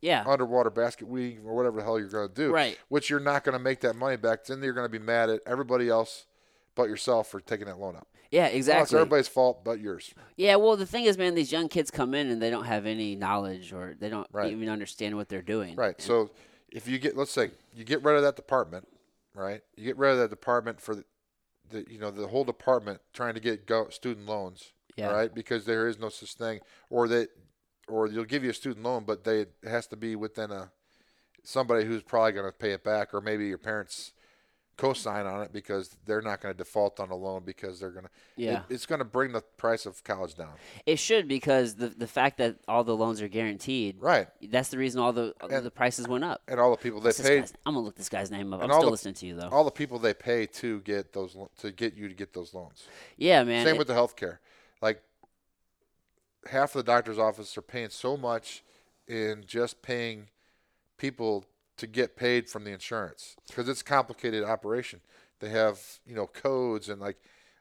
Yeah.
underwater basket weaving or whatever the hell you're going to do.
Right.
Which you're not going to make that money back. Then you're going to be mad at everybody else but yourself for taking that loan up.
Yeah.
Well, it's
Exactly.
everybody's fault but yours.
Yeah, well, the thing is, man, these young kids come in and they don't have any knowledge or they don't
Right.
even understand what they're doing.
Right. So if you get, let's say, you get rid of that department, right? You get rid of that department for the, the you know, the whole department trying to get go, student loans,
Yeah.
right? Because there is no such thing, or that, or they'll give you a student loan, but they it has to be within a somebody who's probably going to pay it back, or maybe your parents co-sign on it because they're not going to default on a loan because they're going to.
Yeah.
it's going to bring the price of college down.
It should because the the fact that all the loans are guaranteed,
Right.
that's the reason all the all the prices went up.
And all the people they
What's this
paid
guy's- I'm gonna look this guy's name up. I'm
And all
still
the-
listening to you though.
all the people they pay to get those lo- to get you to get those loans.
yeah, man.
Same
it-
with the healthcare. Like half the doctor's office are paying so much in just paying people to get paid from the insurance because it's a complicated operation. They have you know codes and like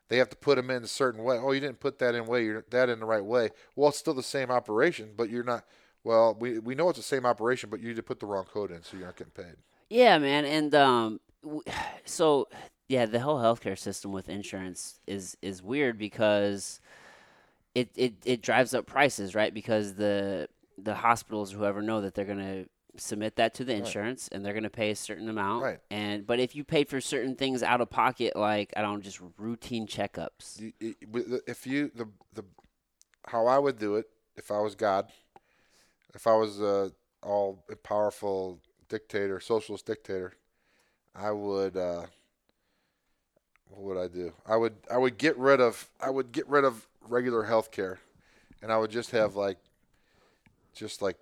they have to put them in a certain way. Oh, you didn't put that in way. You're that in the right way. Well, it's still the same operation, but you're not. Well, we, we know it's the same operation, but you did put the wrong code in, so you're not getting paid.
yeah, man, and um, w- so yeah, the whole healthcare system with insurance is is weird because it it it drives up prices, right? Because the the hospitals, whoever know that they're gonna submit that to the insurance and they're going to pay a certain amount
Right.
and but if you paid for certain things out of pocket like i don't know, just routine checkups
You- you- with the- if you the the how I would do it if I was God, if I was a all powerful dictator, socialist dictator, I would uh, what would I do? I would I would get rid of I would get rid of regular health care, and I would just have like just like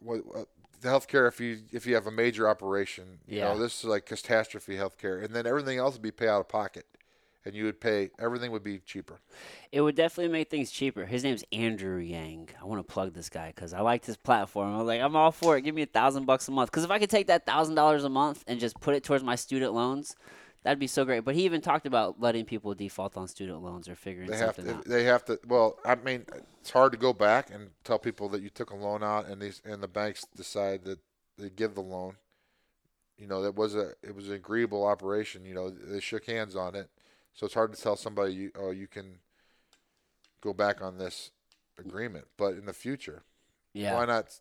what, what the healthcare if you if you have a major operation, you
Yeah.
know, this is like catastrophe healthcare, and then everything else would be pay out of pocket, and you would pay everything would be cheaper.
It would definitely make things cheaper. His name's Andrew Yang. I want to plug this guy because I liked his platform. I was like, I'm all for it. Give me a thousand bucks a month. Because if I could take that thousand dollars a month and just put it towards my student loans, that'd be so great. But he even talked about letting people default on student loans or figuring
They have
something
to.
out.
They have to. Well, I mean, it's hard to go back and tell people that you took a loan out, and these and the banks decide that they give the loan. You know, that was a it was an agreeable operation. You know, they shook hands on it, so it's hard to tell somebody you oh you can go back on this agreement. But in the future,
yeah.
why not?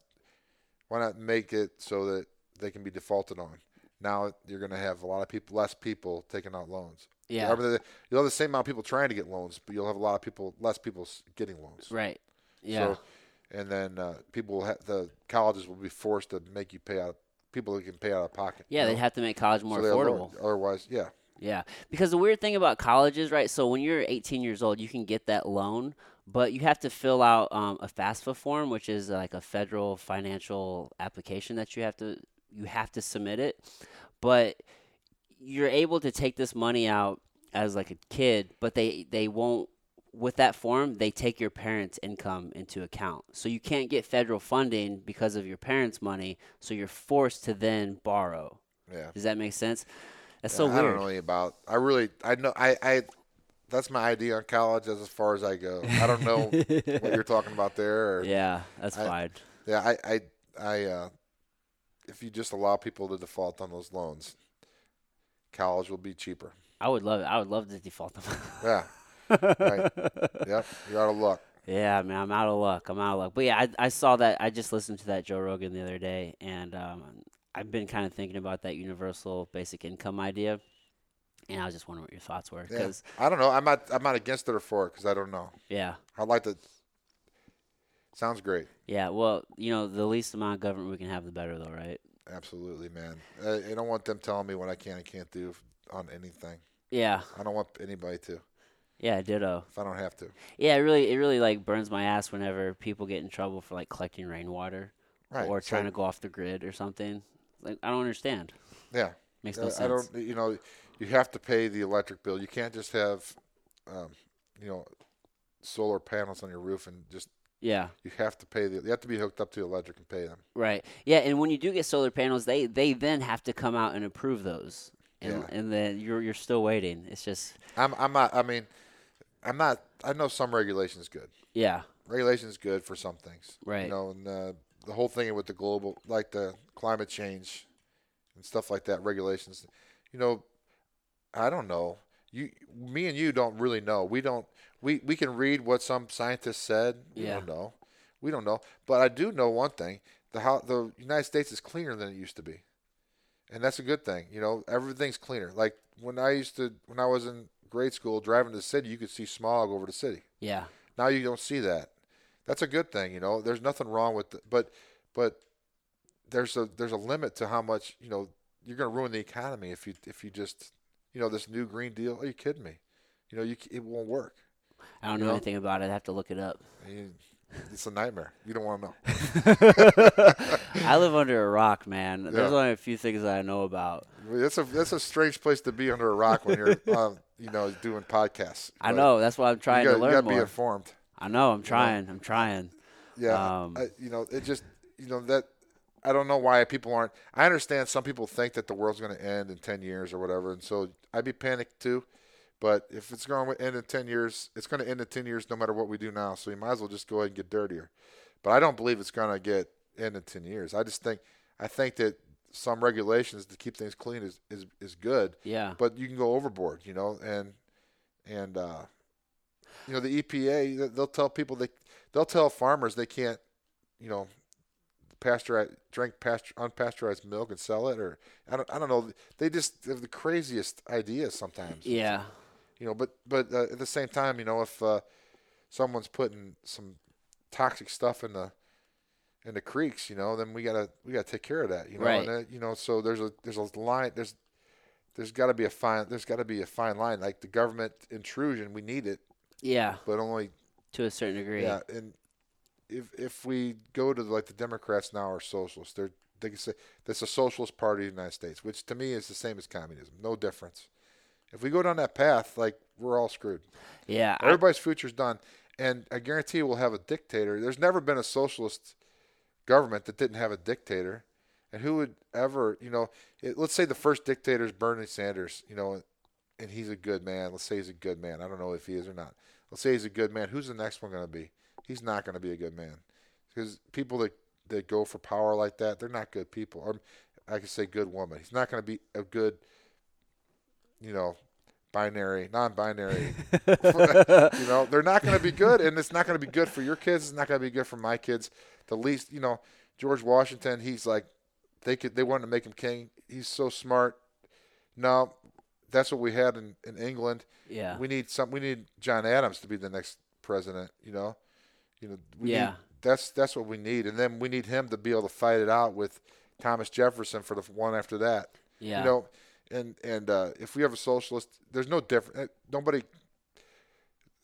Why not make it so that they can be defaulted on? Now you're going to have a lot of people, less people taking out loans.
yeah.
I mean, You'll have the same amount of people trying to get loans, but you'll have a lot of people, less people s- getting loans.
right. Yeah.
So, and then uh, people will have the colleges will be forced to make you pay out. People who can pay out of pocket.
yeah,
you
they'd
know?
have to make college more
So they'll lower-
affordable.
Otherwise, yeah,
Yeah, because the weird thing about colleges, right? So when you're 18 years old, you can get that loan, but you have to fill out um, a FAFSA form, which is uh, like a federal financial application that you have to you have to submit it. But you're able to take this money out as like a kid, but they they won't with that form they take your parents' income into account. So you can't get federal funding because of your parents' money, so you're forced to then borrow.
yeah.
Does that make sense? That's so
I
weird.
don't know really about. I really, I know, I, I. That's my idea on college as far as I go. I don't know what you're talking about there. Or,
Yeah, that's
I-
fine.
Yeah, I, I, I. Uh, if you just allow people to default on those loans, college will be cheaper.
I would love it. I would love to default them.
Yeah. right. Yep. You're out of luck.
yeah, man, I'm out of luck. I'm out of luck. But yeah, I, I saw that. I just listened to that Joe Rogan the other day, and um, I've been kind of thinking about that universal basic income idea, and I was just wondering what your thoughts were.
Yeah.
Because
I don't know. I'm not. I'm not against it or for it because I don't know.
yeah.
I'd like to. Sounds great.
yeah, well, you know, the least amount of government we can have, the better, though, right?
Absolutely, man. I, I don't want them telling me what I can and can't do on anything.
Yeah,
I don't want anybody to.
Yeah, ditto.
if I don't have to.
Yeah, it really it really like burns my ass whenever people get in trouble for like collecting rainwater
Right.
or
so-
trying to go off the grid or something. Like I don't understand.
Yeah.
Makes no
Uh,
sense.
I don't. You know, you have to pay the electric bill. You can't just have, um, you know, solar panels on your roof and just
yeah.
you have to pay the. You have to be hooked up to the electric and pay them.
Right. Yeah, and when you do get solar panels, they they then have to come out and approve those. And
Yeah.
and then you're you're still waiting. It's just
I'm. I'm not. I mean, I'm not. I know some regulations good.
yeah.
Regulations good for some things.
Right.
You know, and uh, the whole thing with the global, like the climate change, and stuff like that. Regulations. You know, I don't know. You, me, and you don't really know. We don't. We we can read what some scientists said. We
Yeah.
don't know. We don't know. But I do know one thing: the how the United States is cleaner than it used to be, and that's a good thing. You know, everything's cleaner. Like when I used to, when I was in grade school, driving to the city, you could see smog over the city.
Yeah.
Now you don't see that. That's a good thing, you know. There's nothing wrong with, the, but but there's a there's a limit to how much you know you're going to ruin the economy if you if you just you know this new green deal. Are you kidding me? You know, you c- it won't work.
I don't know
know?
anything about it. I have to look it up.
You- It's a nightmare. You don't want to know.
I live under a rock, man. There's
Yeah.
only a few things that I know about.
I mean, That's a that's a strange place to be under a rock when you're um, you know doing podcasts.
I
But
know. That's why I'm
You
trying
got
to
to
learn
be
more.
informed.
I know. I'm trying. I'm trying.
Yeah,
Um,
I, you know, it just you know that I don't know why people aren't. I understand some people think that the world's going to end in ten years or whatever, and so I'd be panicked too. But if it's going to end in ten years, it's going to end in ten years no matter what we do now. So you might as well just go ahead and get dirtier. But I don't believe it's going to get end in ten years. I just think I think that some regulations to keep things clean is is, is good,
Yeah.
but you can go overboard, you know, and and uh, you know the EPA th- they'll tell people they they'll tell farmers they can't you know pasteurize drink pasture, unpasteurized milk and sell it or I don't I don't know they just have the craziest ideas sometimes
Yeah.
you know but but uh, at the same time you know if uh, someone's putting some toxic stuff in the in the creeks you know then we gotta we gotta take care of that you know
Right.
and, uh, you know so there's a there's a line there's there's got to be a fine there's got to be a fine line like the government intrusion we need it
Yeah.
but only
To a certain degree.
yeah and if if we go to like the democrats now are socialists they're they can say that's a socialist party of the united states which to me is the same as communism no difference if we go down that path like we're all screwed
Yeah. I-
Everybody's future's done, and I guarantee you we'll have a dictator. There's never been a socialist government that didn't have a dictator, and who would ever, you know, it, let's say the first dictator is Bernie Sanders, you know, and he's a good man. Let's say he's a good man. I don't know if he is or not. Let's say he's a good man. Who's the next one going to be? He's not going to be a good man because people that that go for power like that, they're not good people. Or I could say good woman. He's not going to be a good, you know, binary, non-binary. you know, they're not going to be good, and it's not going to be good for your kids. It's not going to be good for my kids. The least, you know, George Washington. He's like, they could, they wanted to make him king. He's so smart. No, that's what we had in, in England.
yeah.
We need some. We need John Adams to be the next president. You know, you know. We need-
Yeah.
that's that's what we need, and then we need him to be able to fight it out with Thomas Jefferson for the one after that.
Yeah.
You know, and and uh, if we have a socialist, there's no different. eh, Nobody.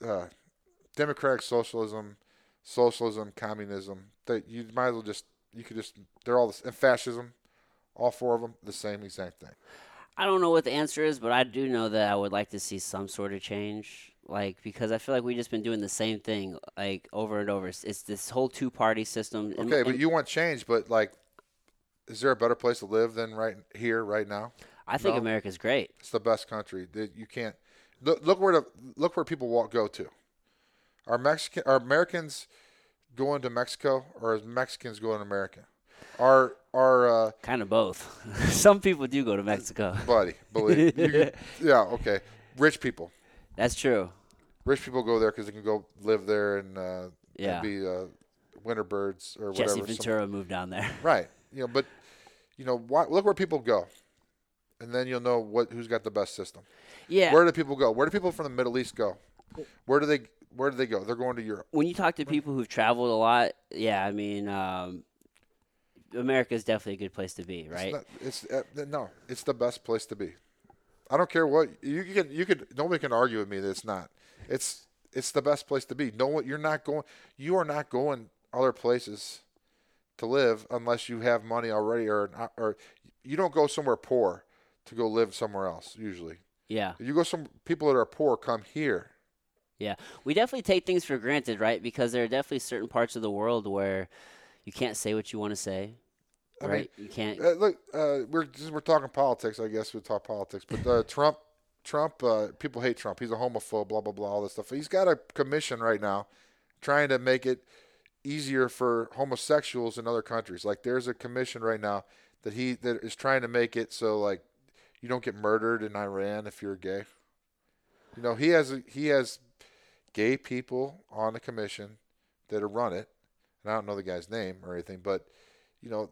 Uh, democratic socialism, socialism, communism. That you might as well just you could just they're all this and fascism, all four of them the same exact thing.
I don't know what the answer is, but I do know that I would like to see some sort of change. Like because I feel like we've just been doing the same thing like over and over. It's, it's this whole two party system. and-
Okay,
Mm, and
but you want change, but like, is there a better place to live than right here, right now?
I think
no.
America's great.
It's the best country. That You can't look, look where the, look where people walk go to. Are Mexican are Americans going to Mexico or is Mexicans going to America? Are are uh,
Kind of both. Some people do go to Mexico.
buddy believe you can- yeah okay rich people
That's true.
rich people go there because they can go live there and uh, and
Yeah.
be uh, winter birds or
Jesse
whatever. some-
Ventura moved down there.
Right. You know, but you know, why, look where people go, and then you'll know what who's got the best system.
Yeah.
Where do people go? Where do people from the Middle East go? Where do they Where do they go? They're going to Europe.
when you talk to people who've traveled a lot, yeah, I mean, um, America is definitely a good place to be, right?
It's, not, it's uh, no, it's the best place to be. I don't care what you, you can. You could. Nobody can argue with me that it's not. It's it's the best place to be. No one, you're not going. You are not going other places to live unless you have money already, or not- or you don't go somewhere poor to go live somewhere else. Usually,
Yeah.
you go some people that are poor come here.
Yeah, we definitely take things for granted, right? Because there are definitely certain parts of the world where you can't say what you want to say,
I mean,
right? you can't.
Uh, look, uh, we're just, we're talking politics. I guess we talk politics, but uh, Trump, Trump, uh, people hate Trump. He's a homophobe. Blah blah blah. All this stuff. He's got a commission right now, trying to make it easier for homosexuals in other countries. Like there's a commission right now that he that is trying to make it so like you don't get murdered in Iran if you're gay. You know he has a, he has gay people on the commission that are run it, and I don't know the guy's name or anything, but you know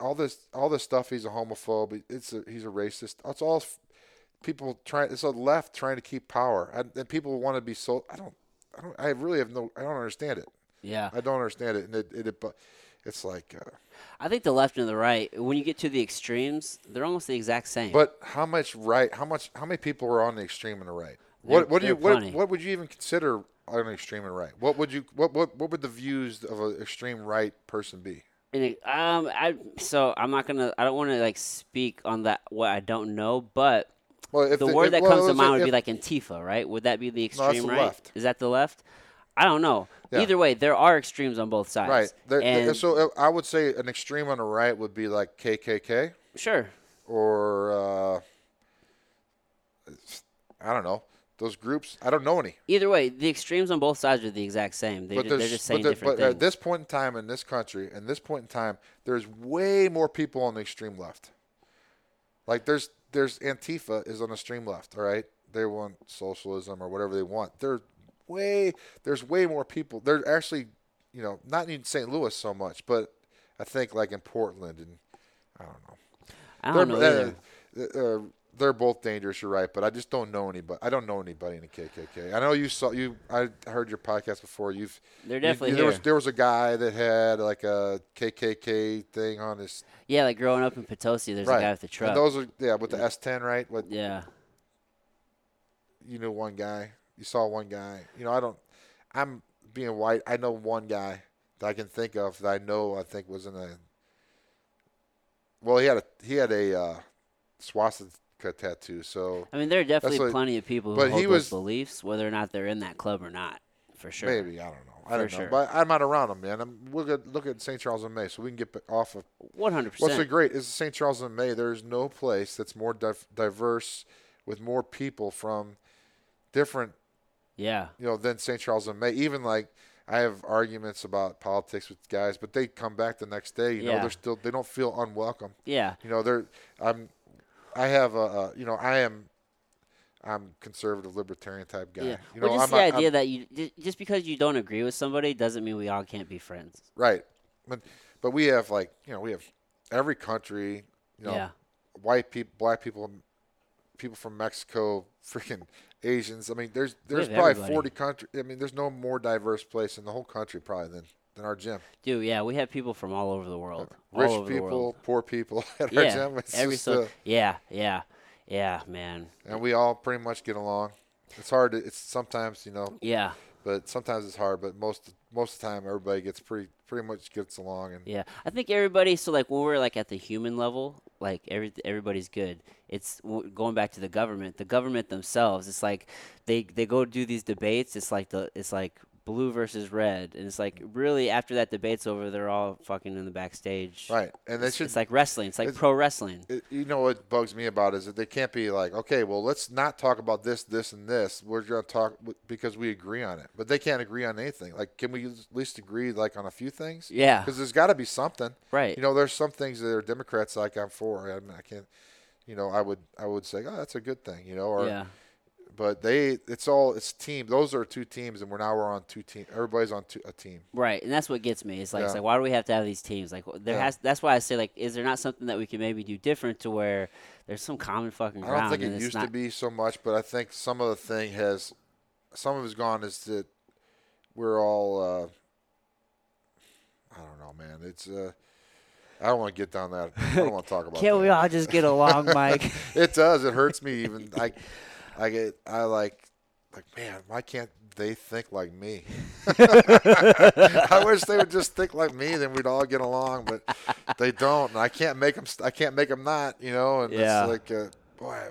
all this all this stuff. He's a homophobe. It's a, he's a racist. It's all f- people trying. It's a left trying to keep power, and, and people want to be so. I don't. I don't. I really have no. I don't understand it.
yeah,
I don't understand it, and it. it, it but it's like. Uh,
I think the left and the right, when you get to the extremes, they're almost the exact same.
but how much right? How much? How many people are on the extreme and the right?
There-
What? What
there
do you?
are
What,
plenty.
what would you even consider on the extreme and right? What would you? What? What? What would the views of an extreme right person be?
And it- um, I so I'm not gonna. I don't want to like speak on that what I don't know, but
Well, if
the word
if-
that
well,
comes to
if-
mind would
if-
be like Antifa, right? Would that be the
No, that's
extreme
the
right?
left.
Is that the left? I don't know.
Yeah.
Either way, there are extremes on both sides.
right. There- there-
and
so uh, I would say an extreme on the right would be like KKK.
sure,
or uh, I don't know those groups. I don't know any.
either way, the extremes on both sides are the exact same. They,
But
ju- they're
there's
just
but,
saying
there-
different
but uh,
things.
at this point in time in this country, at this point in time, there's way more people on the extreme left. Like there's there's Antifa is on the extreme left. All right, they want socialism or whatever they want. They're way there's way more people. They're actually you know not in St. Louis so much, but I think like in Portland and I don't know.
I
They're,
don't know. either.
uh, uh, they're both dangerous. You're right, but I just don't know anybody. I don't know anybody in the KKK. I know you saw you. I heard your podcast before. You've
They're
you-
definitely
you- there was
here.
there was a guy that had like a KKK thing on his
Yeah, like growing up in Potosi, there's
right.
a guy with a truck.
And those are yeah with the S10 right. What
yeah,
you knew one guy. You saw one guy. You know I don't. I'm being white. I know one guy that I can think of that I know I think was in a. Well, he had a he had a uh, swastika tattoo. So
I mean there are definitely
what-
plenty of people who
but he
hold
was-
those beliefs, whether or not they're in that club or not, for sure.
Maybe I don't know. I
For
don't know.
sure.
But I'm not around them, man. I'm look at look at St. Charles and May, so we can get b- off of.
One hundred
What's so
percent.
great is St. Charles and May. There's no place that's more div- diverse with more people from different,
Yeah,
you know, than St. Charles and May. Even like I have arguments about politics with guys, but they come back the next day. You know,
Yeah.
they're still they don't feel unwelcome.
yeah,
You know, they're I'm I have a, a you know I am. I'm conservative libertarian type guy.
yeah.
You know,
well, just
I'm
the
a- I'm-
idea that you ju- just because you don't agree with somebody doesn't mean we all can't be friends.
Right. But but we have like you know we have every country you know
Yeah.
white people black people people from Mexico freaking Asians I mean there's there's
have
probably
everybody.
forty country I mean there's no more diverse place in the whole country probably than than our gym
Dude, yeah, we have people from all over the world,
rich
all over the
people
world.
poor people at our
Yeah,
gym It's
every
just,
so,
uh,
yeah, yeah, yeah, man,
and we all pretty much get along it's hard to, it's sometimes you know
yeah.
but sometimes it's hard but most most of the time everybody gets pretty pretty much gets along and
Yeah, I think everybody. So like when we're like at the human level, like every everybody's good. It's w- going back to the government. The government themselves. It's like they they go do these debates. It's like the it's like blue versus red, and it's like really after that debate's over, they're all fucking in the backstage.
right and they
It's,
should
it's like wrestling. It's like
it's-
pro wrestling.
it, you know what bugs me about is that they can't be like, okay, well, let's not talk about this, this, and this. We're gonna talk w- because we agree on it, but they can't agree on anything. Like, can we at least agree like on a few things?
Yeah.
because there's got to be something.
Right.
You know, there's some things that are Democrats like I'm for. I mean, I can't. You know, I would I would say, oh, that's a good thing. You know, or
yeah.
but they, it's all it's team. Those are two teams, and we're now we're on two team. Everybody's on two, a team.
Right, and that's what gets me. It's like, it's
Yeah.
like why do we have to have these teams? Like, there
Yeah.
has. That's why I say, like, is there not something that we can maybe do different to where there's some common fucking
I
ground?
don't think
and
it
it's
used
not,
to be so much, but I think some of the thing has, some of it's gone is that we're all, uh, I don't know, man. It's, uh, I don't want to get down that. I don't want to talk about.
Can't
that.
we all just get along, Mike?
It does. It hurts me even. I, I get. I like. like, man, why can't they think like me? I wish they would just think like me, then we'd all get along. But they don't, and I can't make them. I can't make them not. You know, and
Yeah.
it's like, uh, boy,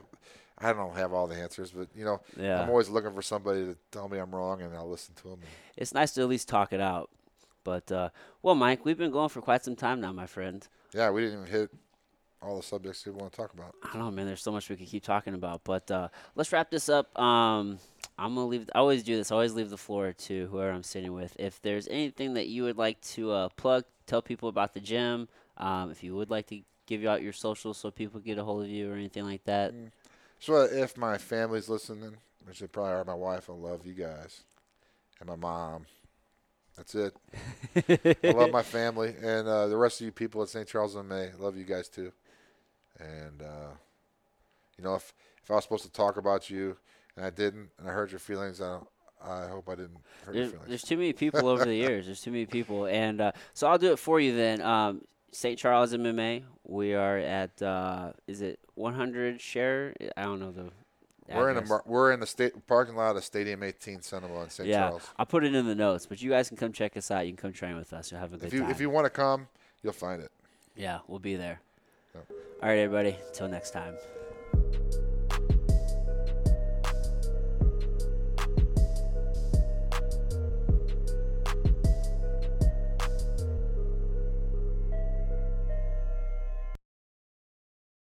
I don't have all the answers, but you know,
Yeah.
I'm always looking for somebody to tell me I'm wrong, and I'll listen to them.
It's nice to at least talk it out. But uh, well, Mike, we've been going for quite some time now, my friend.
Yeah, we didn't even hit all the subjects we want to talk about.
I don't know, man. There's so much we could keep talking about, but uh, let's wrap this up. Um, I'm gonna leave. I always do this. I always leave the floor to whoever I'm sitting with. If there's anything that you would like to uh, plug, tell people about the gym. Um, if you would like to give out your socials so people get a hold of you or anything like that.
So if my family's listening, which they probably are, my wife, I love you guys, and my mom. That's it. I love my family and uh, the rest of you people at St. Charles and May. Love you guys too. And uh, you know, if if I was supposed to talk about you and I didn't, and I hurt your feelings, I don't, I hope I didn't hurt your
There's,
feelings.
there's too many people over the years. There's too many people, and uh, so I'll do it for you then. Um, St. Charles MMA. We are at uh, is it 100 share? I don't know the.
we're in a
address.
mar- we're in the state parking lot of Stadium 18 Cinema in St.
Yeah,
Charles.
I'll put it in the notes, but you guys can come check us out. You can come train with us. You'll have a good
If you
time.
if you want to come, you'll find it.
yeah, we'll be there.
Yep.
All right, everybody. Till next time.